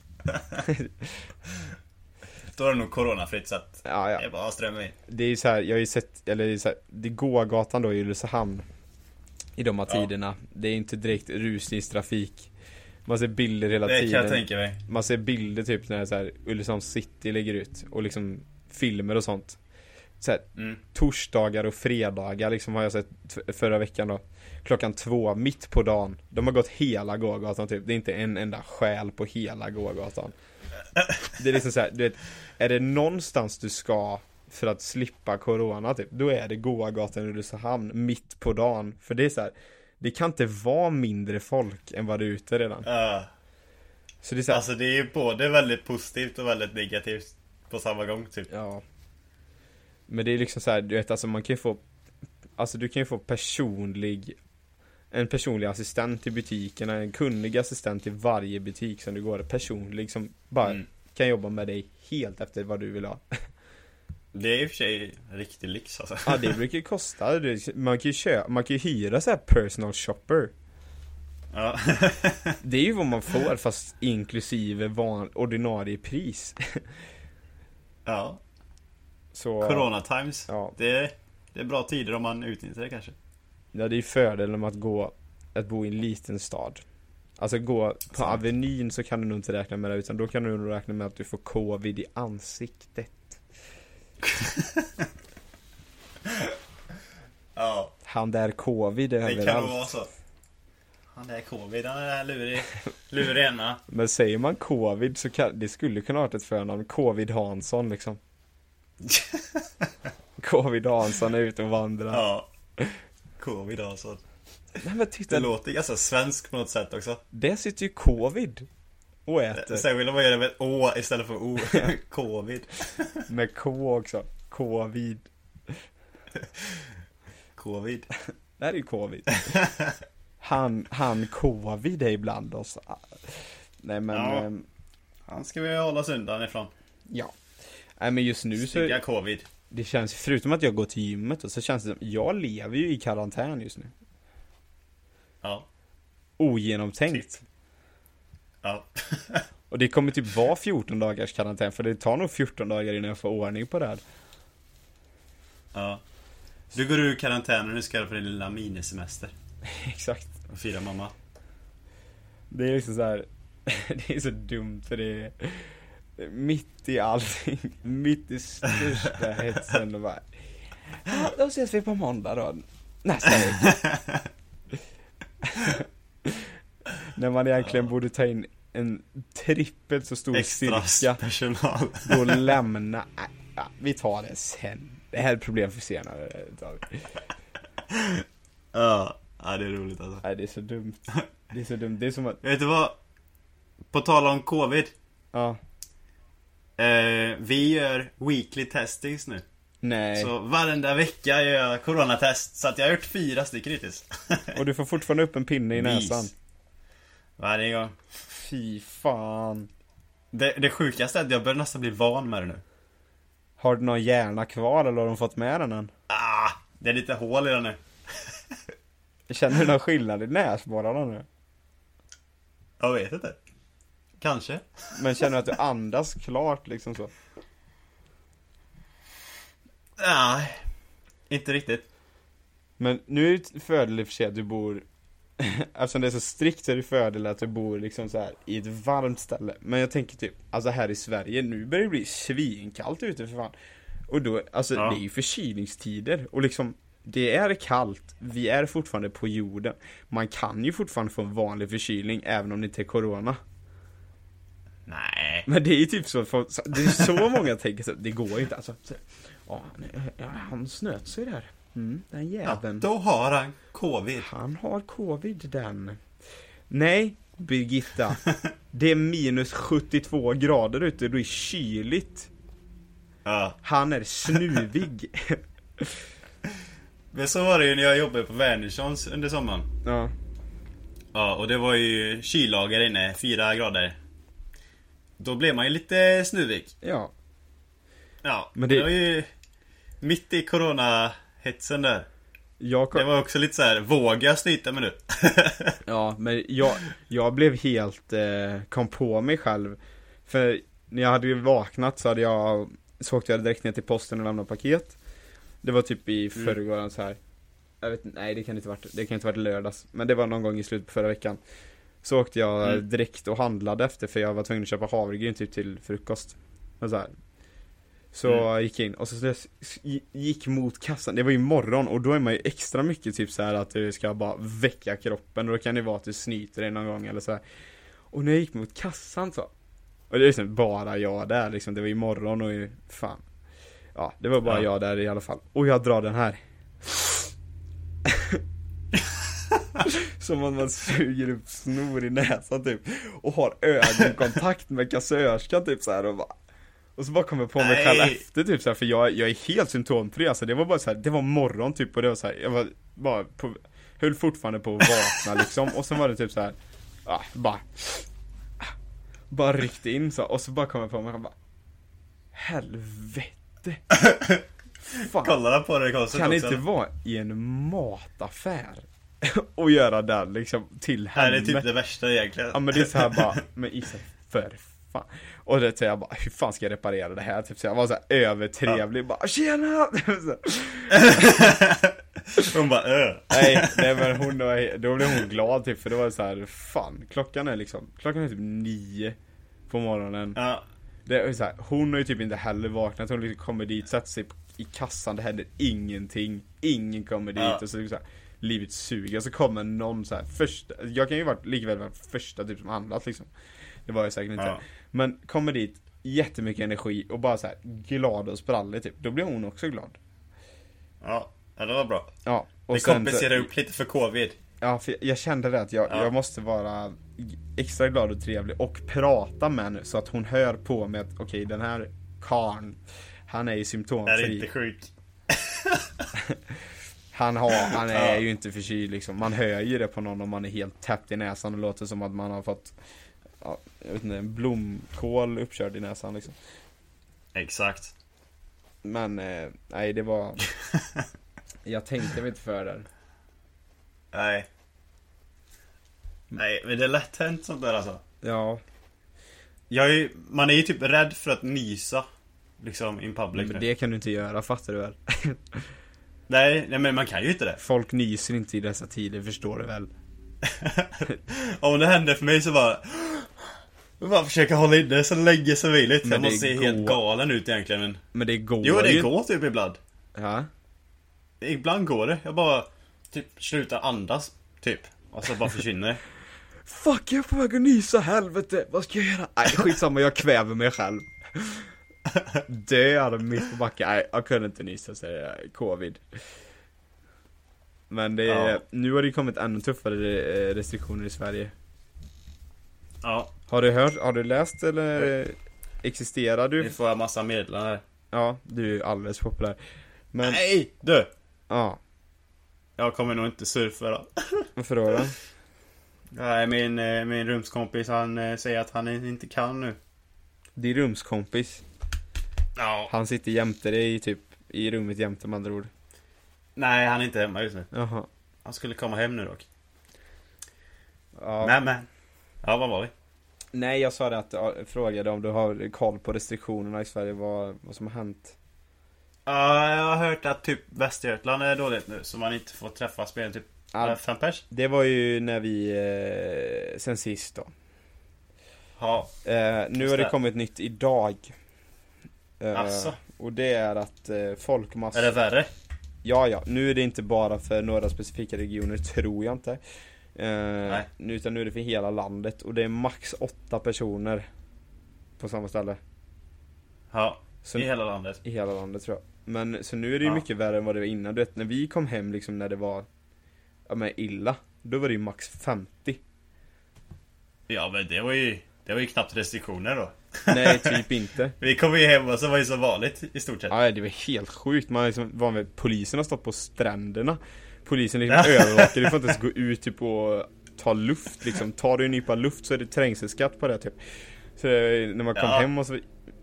Då är det nog coronafritt så att Ja, ja. det är bara att strömma in. Det är ju så här, jag har ju sett, eller det är så här, det är gågatan då i Ulricehamn I de här Ja. tiderna, det är inte direkt rusningstrafik Man ser bilder hela Det kan jag tiden tänka mig. Man ser bilder typ när så här, Ulricehamn city lägger ut och liksom filmer och sånt så här, Mm. torsdagar och fredagar liksom har jag sett f- förra veckan då Klockan två, mitt på dagen De har gått hela gågatan typ, det är inte en enda själ på hela gågatan Det är liksom såhär, du vet Är det någonstans du ska för att slippa corona typ, då är det gågatan i Ulricehamn mitt på dagen För det är så här. Det kan inte vara mindre folk än vad det är ute redan Ja. Så det är så här, Alltså det är ju både väldigt positivt och väldigt negativt på samma gång typ. Ja Men det är liksom så här, du vet alltså man kan ju få Alltså du kan ju få personlig En personlig assistent i butikerna, en kunnig assistent i varje butik som du går Personlig som bara Mm. kan jobba med dig helt efter vad du vill ha Det är i och för sig riktig lyx alltså. Ja det brukar ju kosta, det- liksom, man kan ju köpa, man kan ju hyra så här personal shopper Ja. Det är ju vad man får fast inklusive van, ordinarie pris ja. Så Corona times. Ja. Det, det är bra tider om man utnyttjar det kanske. Ja det är ju fördelen med att gå, att bo i en liten stad Alltså gå på Sant. Avenyn så kan du nog inte räkna med det utan då kan du nog räkna med att du får covid i ansiktet Ja, Han där covid det kan nog vara överallt så. Han är covid, han är lurig. Lurig ena. Men säger man covid så kan, det skulle kunna ha varit ett förnamn, covid Hansson liksom Covid Hansson är ute och vandrar Ja. Covid alltså. Nej men Det titta, låter ganska svenskt på något sätt också. där sitter ju covid och Eh, äter Sen vill man göra det med ett Å istället för O. Covid. med K också, covid Covid. Det här är ju covid Han, han covid är ibland oss Nej men, Ja. ehm, Han ska vi hålla oss undan ifrån. Ja. Nej men just nu så, Stygga covid. det känns, förutom att jag går till gymmet och så känns det som, jag lever ju i karantän just nu. Ja. Ogenomtänkt. Typ. Ja. Och det kommer typ vara 14 dagars karantän, för det tar nog 14 dagar innan jag får ordning på det här. ja. Du går ur karantänen och du ska på din lilla minisemester. Exakt. Och fira mamma. Det är liksom så här. det är så dumt för det är mitt i allting, mitt i största hetsen och bara, ja då ses vi på måndag då, nästa vecka. När man egentligen borde ta in en trippelt så stor Extra styrka personal. och lämna, Nej, ja, vi tar det sen. Det här är ett problem för senare. det tar vi. Ja. ja, det är roligt alltså. Nej det är så dumt. Det är så dumt, det är som att, Vet du vad? På tal om covid. ja, Eh, vi gör weekly testings nu. nej. Så varenda vecka gör jag coronatest. Så att jag har gjort fyra stycken hittills. Och du får fortfarande upp en pinne i Vis. näsan. Varje gång. Fy fan. Det, det sjukaste är att jag börjar nästan bli van med det nu. Har du någon hjärna kvar eller har de fått med den än? Ah, det är lite hål i den nu. Känner du någon skillnad i näsborrarna nu? Jag vet inte. Kanske. Men känner du att du andas klart liksom så? Nej. Inte riktigt. Men nu är det ett fördel i och för sig att du bor Eftersom det är så strikt så är det fördel att du bor liksom så här i ett varmt ställe Men jag tänker typ, alltså här i Sverige, nu börjar det bli svinkallt ute för fan Och då, alltså Ja. det är ju förkylningstider och liksom Det är kallt, vi är fortfarande på jorden Man kan ju fortfarande få en vanlig förkylning även om det inte är corona Nej. Men det är ju typ så, folk- så- det är så många tänker så, det går ju inte alltså så, ja, han- ja, han snöt sig där mm, den Ja, jäveln då har han covid. Han har covid den. Nej, Birgitta. Det är minus 72 grader ute, det är kyligt. Ja. Han är snuvig. Men så var det ju när jag jobbade på Wernerssons under sommaren. ja. Ja, och det var ju kyllager inne, fyra grader. Då blev man ju lite snuvig. ja. Ja, Men men det- det... var ju mitt i coronahetsen där. Jag kom... Det var också lite så här, vågar jag snyta mig nu? Ja, men jag, jag blev helt, eh, kom på mig själv. För när jag hade ju vaknat så hade jag, så åkte jag direkt ner till posten och lämnade paket. Det var typ i förrgår så här. Jag vet inte, nej det kan inte varit, det kan inte varit lördags. Men det var någon gång i slutet på förra veckan. Så åkte jag Mm. direkt och handlade efter för jag var tvungen att köpa havregryn typ till frukost. Och så här. Så Mm. jag gick in och så s- s- gick mot kassan, det var ju morgon och då är man ju extra mycket typ så här att du ska bara väcka kroppen och då kan det vara att du snyter dig någon gång eller så här. Och när jag gick mot kassan så Och det är liksom bara jag där liksom, det var ju morgon och ju, fan Ja, det var bara Ja. jag där i alla fall. Och jag drar den här Som att man suger upp snor i näsan typ Och har ögonkontakt med kassörskan typ så här och bara och så bara kom jag på mig Nej. själv efter typ så här, för jag, jag är helt symptomfri alltså, det var bara så här, det var morgon typ och det var så här, jag var bara på, höll fortfarande på att vakna liksom och sen var det typ så här, ah, bara bara ryckte in så och så bara kom jag på mig själv bara Helvete! Fan, Kollar han på det konstigt kan det också? inte vara i en mataffär? och göra den liksom till Det här är hemmet? typ det värsta egentligen. Ja men det är så här bara, men Isak för fan. Och det säger jag bara, hur fan ska jag reparera det här? Typ så jag var så här övertrevlig, bara tjena! Så- Hon bara öh. nej, nej men hon var, då blev hon glad typ för det var så här, fan klockan är liksom, klockan är typ nio på morgonen. Ja. Det är så här, hon har ju typ inte heller vaknat, hon liksom kommer dit, sätter sig på- i kassan, det händer ingenting. Ingen kommer dit Ja. och så, liksom så här, livet suger. Så kommer någon så här, första, jag kan ju varit lika väl vara första typ som handlat liksom. Det var jag säkert inte. Ja. Men kommer dit, jättemycket energi och bara så här glad och sprallig typ. Då blir hon också glad. ja. Ja, det var bra. Ja. Och det sen så- kompenserar upp lite för covid. Ja, för jag- jag kände det att jag, Ja. jag måste vara extra glad och trevlig och prata med henne så att hon hör på mig att okej den här karn han är ju Är symptomfri. inte sjuk. Han, har, han är Ja. ju inte förkyld liksom. Man hör ju det på någon om man är helt täppt i näsan och låter som att man har fått ja, jag vet inte, en blomkål uppkörd i näsan liksom. Exakt. Men eh, nej det var Jag tänkte mig inte för där. Nej. Nej, men det är lätt hänt sånt där alltså. Ja, Jag är, ju- man är ju typ rädd för att nysa. Liksom in public men nu. det kan du inte göra fattar du väl? Nej, nej, men man kan ju inte det. Folk nyser inte i dessa tider förstår du väl? Om det hände för mig så bara... Jag bara försöka hålla inne så länge som möjligt. Men Jag det måste se går- helt galen ut egentligen men... Men det går Jo, det ju går typ ibland. Ja. Ibland går det. Jag bara typ slutar andas, typ. Och så bara försvinner det. Fuck, jag är på väg att nysa, helvete, vad ska jag göra? Nej, skitsamma, jag kväver mig själv. Dör mitt på backen. Nej, jag kunde inte nysa, säger jag, covid. Men det är, Ja. nu har det ju kommit ännu tuffare eh, restriktioner i Sverige. Ja, Har du hört, har du läst eller eh, existerar nu du? får jag massa meddelanden här. Ja, du är ju alldeles populär. Men, Nej! Du! ja, Jag kommer nog inte surfa då. varför då? då? Nej, min, eh, min rumskompis han eh, säger att han inte kan nu. Din rumskompis, Ja. han sitter jämte dig typ, i rummet jämte med andra ord. Nej, han är inte hemma just nu. Jaha. Han skulle komma hem nu dock. Ja. Nej, men. Ja, vad var vi? Nej jag sa det att, ja, frågade om du har koll på restriktionerna i Sverige, vad, vad som har hänt. Ja, jag har hört att typ Västergötland är dåligt nu, så man inte får träffa spelare typ Ja, fem pers. det var ju när vi, eh, sen sist då. Ja, Eh, nu Just har det det. kommit nytt idag. Eh, Asså. Och det är att eh, folkmassor... Alltså, är det värre? Ja, ja. Nu är det inte bara för några specifika regioner, tror jag inte. Eh, Nej. nu, utan nu är det för hela landet och det är max åtta personer på samma ställe. Ja, Så, i hela landet. I hela landet tror jag. Men så nu är det ju Ja. mycket värre än vad det var innan. Du vet, när vi kom hem liksom när det var ja, men illa, då var det ju max 50. Ja, men det var ju, det var ju knappt restriktioner då. Nej, typ inte. Vi kom ju hem och så var det som vanligt i stort sett. Ja, det var helt sjukt. Man liksom, var med, polisen har stått på stränderna. Polisen liksom övervakar, du får inte ens gå ut typ, och ta luft liksom. Tar du en nypa luft så är det trängselskatt på det typ. Så eh, när man kom Ja. hem och så,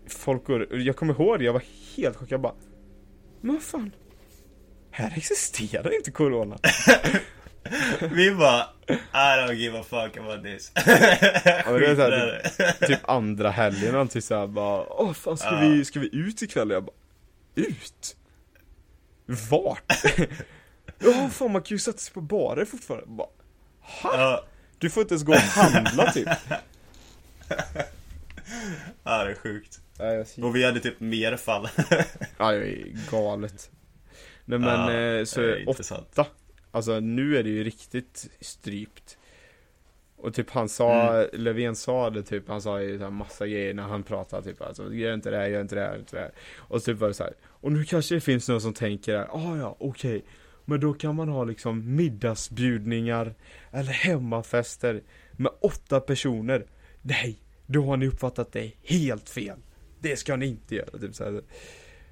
folk går, jag kommer ihåg det, jag var helt chockad jag bara. Men vad fan. Här existerar inte corona. Vi bara "Äh, I don't give a fuck about this. men det är så här, Skitnödig. typ andra helgen han typ såhär bara, åh fan ska, Ja. vi, ska vi ut ikväll? Jag bara, ut? Vart? Ja fan man kan ju sätta sig på barer fortfarande. Jag Bara, ha? Ja, Du får inte ens gå och handla typ. ja, det är sjukt. Nej, jag ser- Och vi hade typ mer fall. Ja, det är galet. Nej men Ja, eh, det så är intressant. åtta. Alltså nu är det ju riktigt strypt. Och typ han sa, Löfven sa det typ, han sa ju så här massa grejer när han pratade typ alltså, gör inte det här, gör inte det här, gör inte det här. Och typ var det så här, och nu kanske det finns någon som tänker här, ah, ja okej, men då kan man ha liksom middagsbjudningar eller hemmafester med åtta personer. Nej, då har ni uppfattat det helt fel. Det ska ni inte göra, typ så här.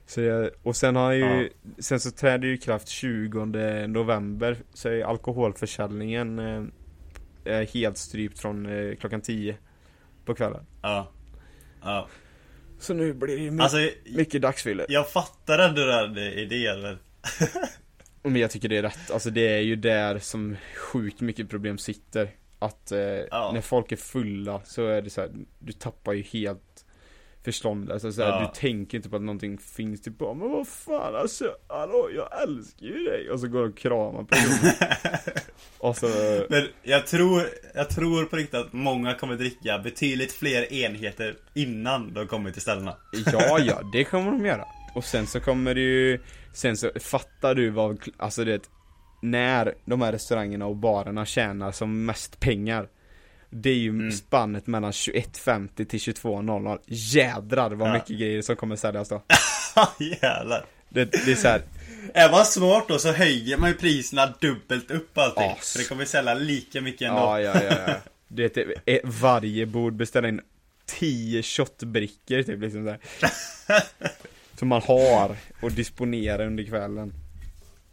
Så det, och sen har ju, sen så träder ju i kraft 20 november, så är alkoholförsäljningen eh, eh, helt strypt från eh, klockan 10 på kvällen. Ja. Ja. Så nu blir det ju mycket, Alltså, mycket dagsfyllor. jag fattar ändå den idén men... Men jag tycker det är rätt, alltså det är ju där som sjukt mycket problem sitter. Att eh, Ja. när folk är fulla så är det så här, du tappar ju helt förståndet. Alltså, så här, Ja. Du tänker inte på att någonting finns, typ bara, men vad fan alltså, hallå jag älskar ju dig. Och så går de och kramar personen. och så, Men jag tror, jag tror på riktigt att många kommer dricka betydligt fler enheter innan de kommer till ställena. ja ja, det kommer de göra. Och sen så kommer det ju, sen så fattar du vad, alltså det när de här restaurangerna och barerna tjänar som mest pengar Det är ju Mm. spannet mellan 21.50 till 22.00 Jädrar vad Ja. mycket grejer som kommer säljas då Ha, Ah, Jävlar. Det, det är såhär, Är man smart då så höjer man ju priserna dubbelt upp allting. As. För det kommer sälja lika mycket ändå. ja ja ja, ja. Det är, är varje bord beställer in 10 shotbrickor typ liksom såhär Som man har och disponerar under kvällen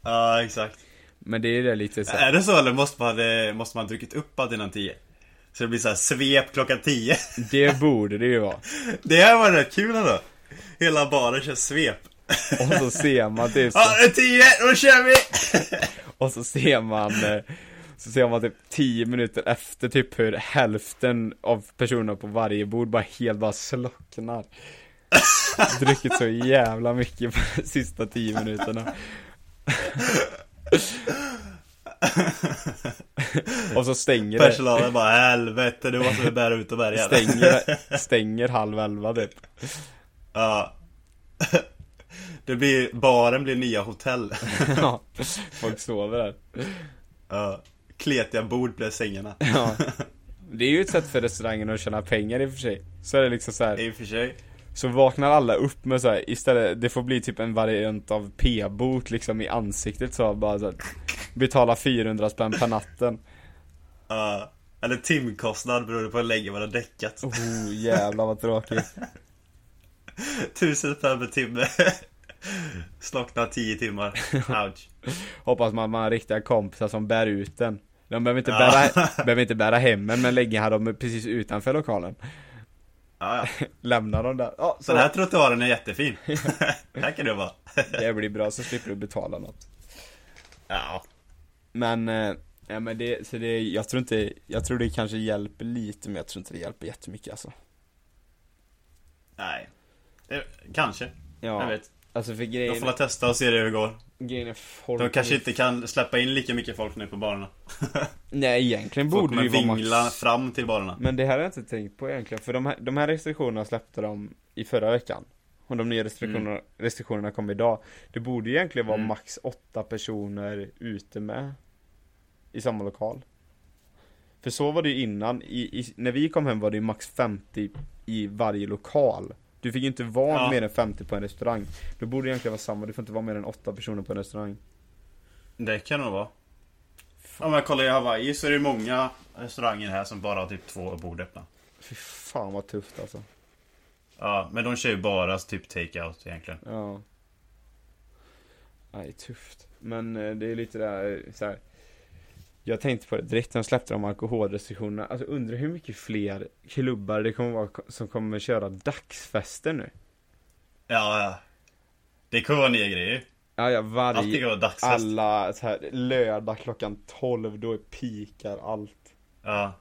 Ja, exakt. Men det är det lite såhär Är det så eller måste man, eh, måste man ha druckit upp allt innan 10? Så det blir så här svep klockan 10. Det borde det ju vara Det här var rätt kul ändå. Hela baren kör svep. Och så ser man typ så Ja, det är 10, då kör vi! Och så ser man eh, Så ser man typ 10 minuter efter typ hur hälften av personerna på varje bord bara helt bara slocknar Druckit så jävla mycket på de sista 10 minuterna Och så stänger det Personalen bara helvete, nu måste vi bära ut de här jävla. Stänger, stänger halv elva typ Ja. Det blir, baren blir nya hotell. Ja, folk sover där Ja. Kletiga bord blir sängarna. ja. Det är ju ett sätt för restaurangen att tjäna pengar i och för sig Så är det liksom så här. I och för sig. Så vaknar alla upp med så här, istället, det får bli typ en variant av p-bot liksom i ansiktet så bara så här, Betala 400 spänn per natten Ja. Eller timkostnad beroende på hur länge man har däckat. Oh jävlar vad tråkigt Tusen spänn per timme. Slockna 10 timmar. Ouch. Hoppas man, man har riktiga kompisar som bär ut den De behöver inte Ja. bära, behöver inte bära hem den men länge har de precis utanför lokalen Ja, ja. Lämnar dem där, ja så Den här trottoaren är jättefin. här kan du vara. det blir bra så slipper du betala något Ja. Men, eh, Ja, men det, så det, jag tror inte, jag tror det kanske hjälper lite men jag tror inte det hjälper jättemycket alltså. Nej. Eh, Kanske. Ja, Jag vet. alltså för De grejen, får väl testa och se det hur det går. grejen är folk De kanske inte kan släppa in lika mycket folk nu på barerna. Nej egentligen Folk borde det kommer ju vara max vingla fram till barerna. Men det här har jag inte tänkt på egentligen, för de här, de här restriktionerna släppte de i förra veckan Och de nya restriktionerna, restriktionerna kom idag Det borde ju egentligen vara Mm. max åtta personer ute med I samma lokal För så var det ju innan, I, i, när vi kom hem var det ju max 50 i varje lokal Du fick ju inte vara Ja. mer än 50 på en restaurang Då borde det egentligen vara samma, du får inte vara mer än åtta personer på en restaurang Det kan det nog vara. Ja men kolla i Hawaii så är det många restauranger här som bara har typ två bord öppna. Fy fan vad tufft alltså Ja, men de kör ju bara typ take-out egentligen. Ja. Nej, tufft. Men eh, det är lite där eh, så här. Jag tänkte på det direkt när de släppte de alkoholrestriktionerna. Alltså undrar hur mycket fler klubbar det kommer vara ko- som kommer köra dagsfester nu. Ja, ja. Det kommer vara nya grejer. Ja, ja, Allt Alltså, det varje, kommer vara dagsfest. alla så här, lördag klockan 12, då är pikar allt. Ja.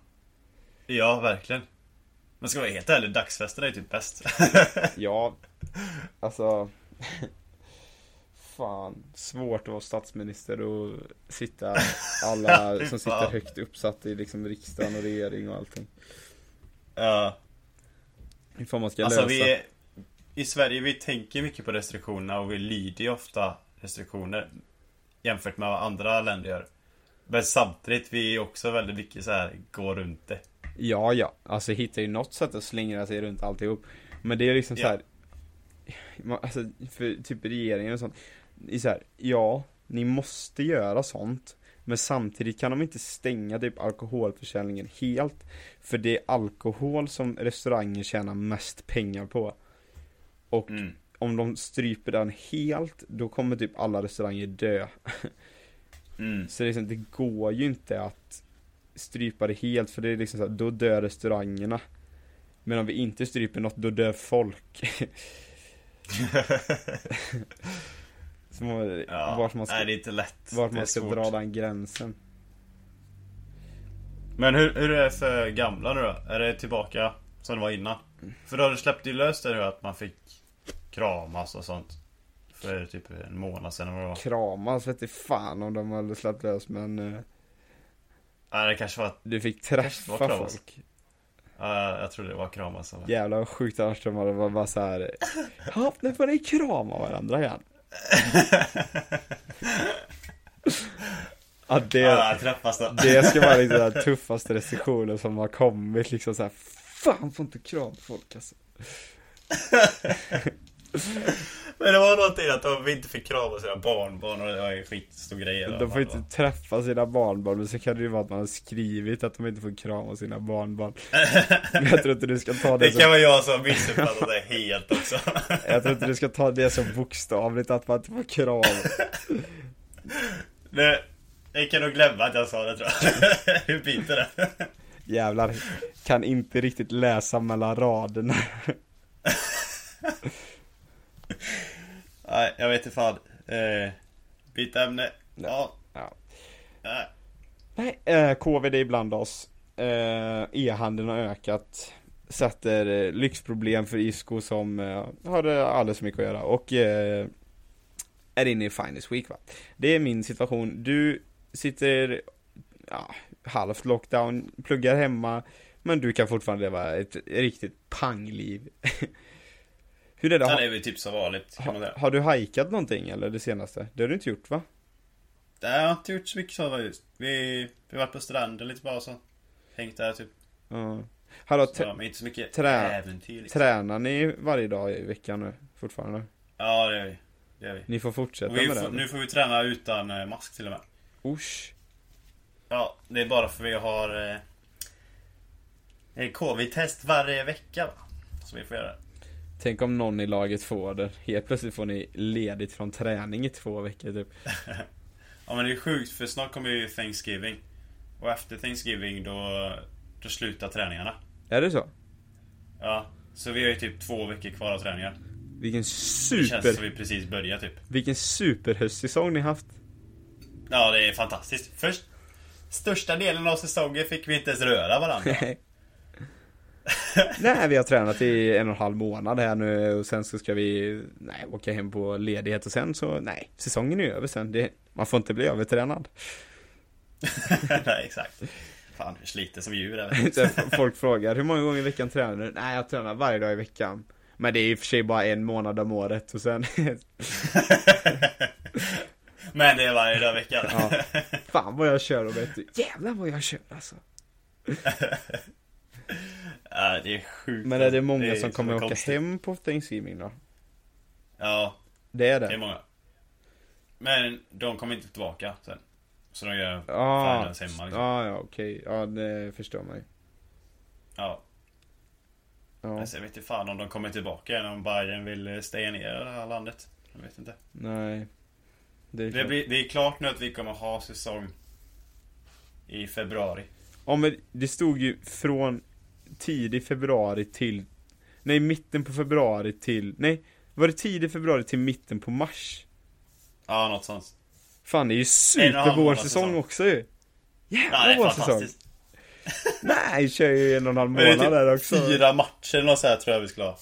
Ja, verkligen. Men ska jag vara helt ärlig, dagsfesterna är typ bäst. Ja, alltså. Fan, svårt att vara statsminister och sitta alla Fy som fan. sitter högt uppsatt i liksom riksdagen och regering och allting. ja. Hur fan man ska Alltså lösa. vi är, I Sverige, vi tänker mycket på restriktionerna och vi lyder ju ofta restriktioner. Jämfört med vad andra länder gör. Men samtidigt, vi är också väldigt mycket så här gå runt det. Ja, ja. Alltså hittar ju något sätt att slingra sig runt alltihop. Men det är liksom Ja. så här. Man, alltså, för typ regeringen och sånt. Det är så här, ja, ni måste göra sånt. Men samtidigt kan de inte stänga typ alkoholförsäljningen helt. För det är alkohol som restauranger tjänar mest pengar på. Och Mm. om de stryper den helt, då kommer typ alla restauranger dö. Mm. Så liksom, det går ju inte att strypa det helt för det är liksom så här, då dör restaurangerna. Men om vi inte stryper något, då dör folk. Så man, Ja. vart man ska, Nej, det är inte lätt. vart Det är man ska svårt. dra den gränsen. Men hur, hur är det för gamla nu då? Är det tillbaka som det var innan? För då släppte ju löst det nu att man fick kramas och sånt. För typ en månad sedan eller vad det var. Kramas vete fan om de hade släppt lös men eh, Nej, det kanske var... du fick Kanske var träffa kramas. folk. eh, jag trodde det var kramas eller? Jävlar vad sjukt annars de hade varit bara såhär, ja nu får ni krama varandra igen. ja det, Ja, träffas då. Det ska vara liksom den tuffaste restriktionen som har kommit liksom så här. Fan får inte kram folk alltså. Men det var någonting att de inte fick krama sina barnbarn och det var ju skitstor grej. eller De vad får det inte träffa sina barnbarn men så kan det ju vara att man har skrivit att de inte får krama sina barnbarn. Men jag tror inte du ska ta var. det, Det kan som, vara jag som missuppfattat det helt också. jag tror inte du ska ta det som bokstavligt att man inte får kram. Det, jag kan nog glömma att jag sa det tror jag. Hur biter det? Jävlar, kan inte riktigt läsa mellan raderna. Nej, jag vet inte fan. Eh, byt ämne. Nej. Ja. Ja. Nej. Nej, eh, covid är ibland oss. Eh, e-handeln har ökat. Sätter eh, lyxproblem för ISKO som eh, har eh, alldeles för mycket att göra och eh, är inne i Finest Week va. Det är min situation. Du sitter ja, halvt lockdown, pluggar hemma men du kan fortfarande leva ett riktigt pangliv. Hur är det? Han Har, är väl typ som vanligt kan man har, säga. har du hajkat någonting eller det senaste? Det har du inte gjort va? Det har inte gjort så mycket sådana just. Vi, vi har varit på stranden lite bara så. Hängt där typ. Ja. Hallå, Så, men inte så mycket trä- äventyr liksom. Tränar ni varje dag i veckan nu fortfarande? Ja det gör vi. Det gör vi. Ni får fortsätta Och vi med får, det? nu får vi träna utan eh, mask till och med. Usch. Ja, det är bara för vi har eh, eh, covid-test varje vecka va? Så vi får göra det. Tänk om någon i laget får det. Helt plötsligt får ni ledigt från träning i två veckor typ. Ja men det är sjukt för snart kommer ju Thanksgiving. Och efter Thanksgiving då, då slutar träningarna. Är det så? Ja, så vi har ju typ två veckor kvar av träningar. Vilken Det känns som super, vi precis börjar typ. vilken superhöstsäsong ni haft. Ja, det är fantastiskt. Först, största delen av säsongen fick vi inte ens röra varandra. Nej, vi har tränat i en och en halv månad här nu och sen så ska vi nej, åka hem på ledighet och sen så, nej, säsongen är över sen. Det, man får inte bli övertränad. Nej, exakt. Fan, vi sliter som djur är vi. Så Folk frågar, hur många gånger i veckan tränar du? Nej, jag tränar varje dag i veckan. Men det är i och för sig bara en månad om året och sen, Men det är varje dag i veckan. ja. Fan vad jag kör Robert. Jävlar vad jag kör alltså. Ja, det är sjukt. Men är det många som så kommer åka konstigt. hem på Thanksgiving då? Ja, Det är det. det är många. Men de kommer inte tillbaka sen. Så de Ah. gör Ja, Finals hemma, liksom. ja, ja okej. Ja, det förstår man ju. Ja. Ja, Alltså, jag vet inte fan om de kommer tillbaka eller om Bayern vill eh, stänga ner det här landet. Jag vet inte. nej. Det är Det, klart. blir, det är klart nu att vi kommer ha säsong i februari. Ja men det stod ju från tidig februari till Nej mitten på februari till Nej var det tidig februari till mitten på mars? Ja, något sånt. Fan det är ju super halv vår månad säsong säsong. också ju Ja, det Jävlar är vår säsong! fantastiskt. Nej kör ju en och en halv Men det är månad typ där också fyra matcher eller något så här tror jag vi skulle ha.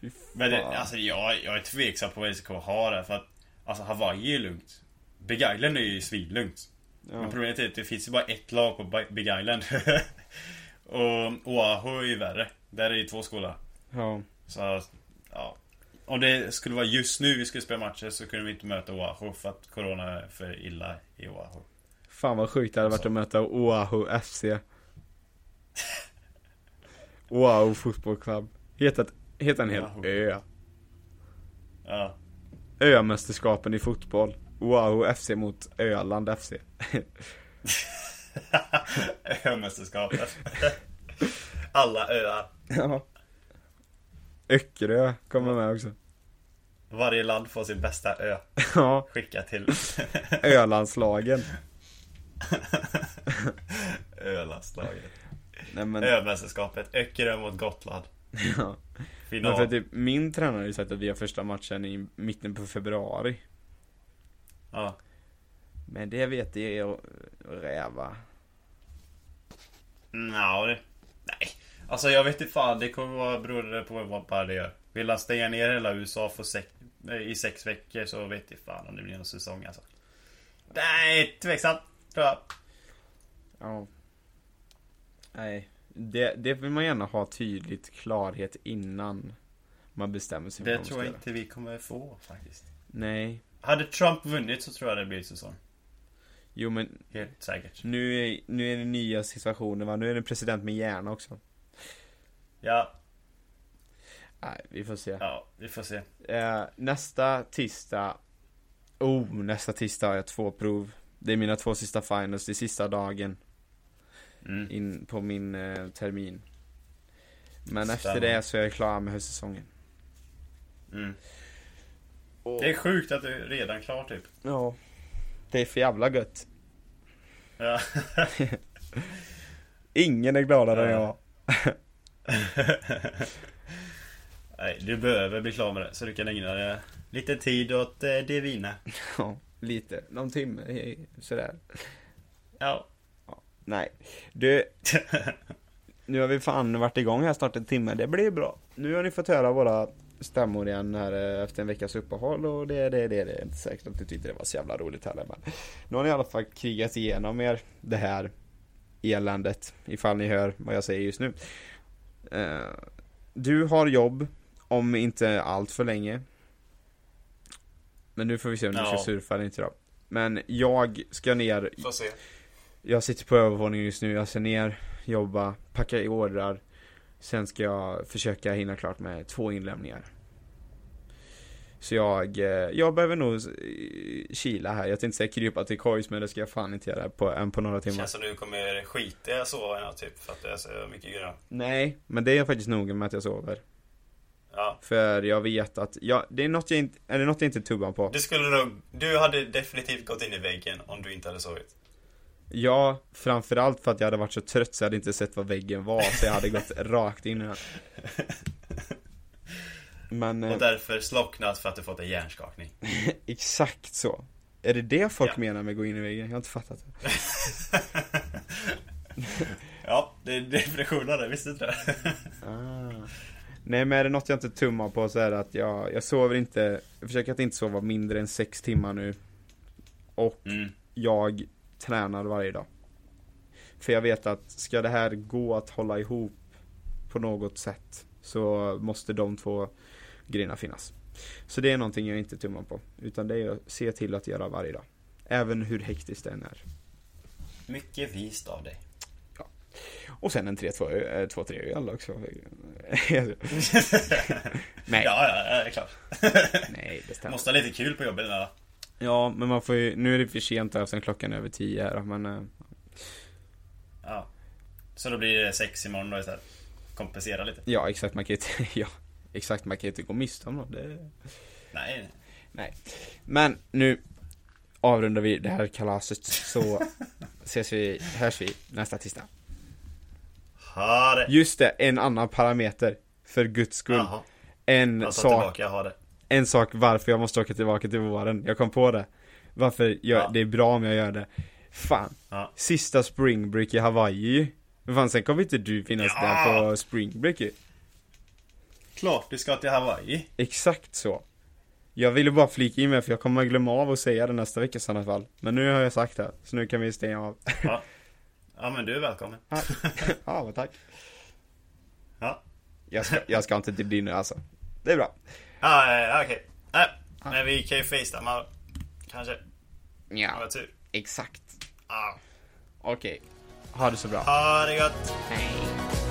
Fy Men det, fan. alltså, jag, jag är tveksam på vad SK har där för att Alltså Hawaii är lugnt. Big Island är ju svinlugnt. Men ja. problemet är att det finns ju bara ett lag på Bi- Big Island. och Oahu är ju värre. Där är ju två skolor. ja, Så, ja. Om det skulle vara just nu vi skulle spela matcher så kunde vi inte möta Oahu för att Corona är för illa i Oahu. fan vad sjukt det hade varit att möta Oahu FC Oahu fotbollsklubb Hetat, heter en hel Oahu. ö Ja. Ömästerskapen i fotboll Oahu FC mot Öland FC Ömästerskapet. Alla öar. Ja. Öckerö kommer med också. Varje land får sin bästa ö. Ja, Skicka till Ölandslagen. Ölandslaget. Nej men, Ömästerskapet. Öckerö mot Gotland. ja. men för Final. typ, min tränare har ju sagt att vi har första matchen i mitten på februari. Ja. Men det vet jag räva. Nja, det... Nej. Alltså jag vet inte fan. Det kommer vara beroende på vad Bari gör. Vill han stänga ner hela USA för sex, eh, i sex veckor så vet jag fan om det blir någon säsong alltså. Nej, tveksamt. Tror jag. Ja. Nej. Det, det vill man gärna ha tydligt klarhet innan man bestämmer sig Det vad man tror jag ska göra. inte vi kommer få faktiskt. Nej. Hade Trump vunnit så tror jag det blir säsong. Jo men Helt säkert. nu är, nu är det nya situationer va. Nu är det en president med hjärna också. Ja, Nej, vi får se. ja, vi får se. Eh, nästa tisdag Oh, nästa tisdag har jag två prov Det är mina två sista finals, det är sista dagen Mm. in på min eh, termin Men efter Stämmer. det så är jag klar med höstsäsongen Mm. Det är sjukt att du är redan klar typ. Ja Det är för jävla gött Ja. Ingen är gladare än Ja. jag Nej, du behöver bli klar med det så du kan ägna dig lite tid åt eh, det vina. Ja, lite, någon timme eh, sådär Ja. Nej, du Nu har vi fan varit igång här snart en timme, det blir bra Nu har ni fått höra våra stämmor igen här eh, efter en veckas uppehåll och det, det, det, det är inte säkert att du tyckte det var så jävla roligt heller men Nu har ni i alla fall krigat igenom er det här eländet ifall ni hör vad jag säger just nu Eh, Du har jobb om inte allt för länge Men nu får vi se om du ska Ja. surfa eller inte då Men jag ska ner Får se. jag sitter på övervåningen just nu, jag ser ner, jobba, packa i ordrar. Sen ska jag försöka hinna klart med två inlämningar. Så jag, eh, jag behöver nog eh, kila här. Jag tänkte säga krypa till kojs men det ska jag fan inte göra på, än på några Det timmar. känns som du kommer skita i att sova i natt typ för att det är så mycket grejer. Nej, men det är jag faktiskt noga med att jag sover. Ja. För jag vet att, jag, det är något jag inte, är det något jag inte tubbar på? Du skulle nog... Du hade definitivt gått in i väggen om du inte hade sovit. Ja, framförallt för att jag hade varit så trött så jag hade inte sett vad väggen var så jag hade gått rakt in i den. eh, Men... eh, Och därför slocknat för att du fått en hjärnskakning. Exakt så. Är det det folk Ja. menar med gå in i väggen? Jag har inte fattat det. ja, det är definitionen där, visste inte det? Nej men är det något jag inte tummar på så är det att jag, jag sover inte, jag försöker att inte sova mindre än sex timmar nu. Och Mm. jag tränar varje dag. För jag vet att ska det här gå att hålla ihop på något sätt så måste de två grejerna finnas. Så det är någonting jag inte tummar på. Utan det är att se till att göra varje dag. Även hur hektiskt det än är. Mycket vist av dig. Och sen en 3-2-3 öl också. Ja, nej, ja, ja, det är klart. nej det stämmer. Måste ha lite kul på jobbet eller? Ja, men man får ju, nu är det för sent här sen klockan är över 10 här men eh, Ja. Så då blir det sex imorgon då istället. Kompensera lite. ja exakt man kan ju inte, ja, exakt man kan ju inte gå miste om något. Det... Nej, Nej. Men nu avrundar vi det här kalaset så ses vi, hörs vi nästa tisdag. ha det. Just det, en annan parameter. För guds skull. Jaha, En jag tar sak, tillbaka, jag har det. en sak varför jag måste åka tillbaka till våren. Jag kom på det. Varför jag, Ja. det är bra om jag gör det. Fan. Ja. Sista spring break i Hawaii ju. Men Fan, sen kommer inte du finnas Ja. där på spring break ju. Klart du ska till Hawaii. Exakt så. Jag ville bara flika in mig för jag kommer glömma av att säga det nästa vecka i sådana fall. Men nu har jag sagt det, så nu kan vi stänga av. Ja. ja, men du är välkommen. Ja, ja men tack. Ja, Jag ska, jag ska inte till din nu alltså. Det är bra. ja ja, okej. Nej, men vi kan ju facetima. Kanske. Om jag Ja, har tur. exakt. Ja. Okej. Ha det så bra. Ha det gött. Hej.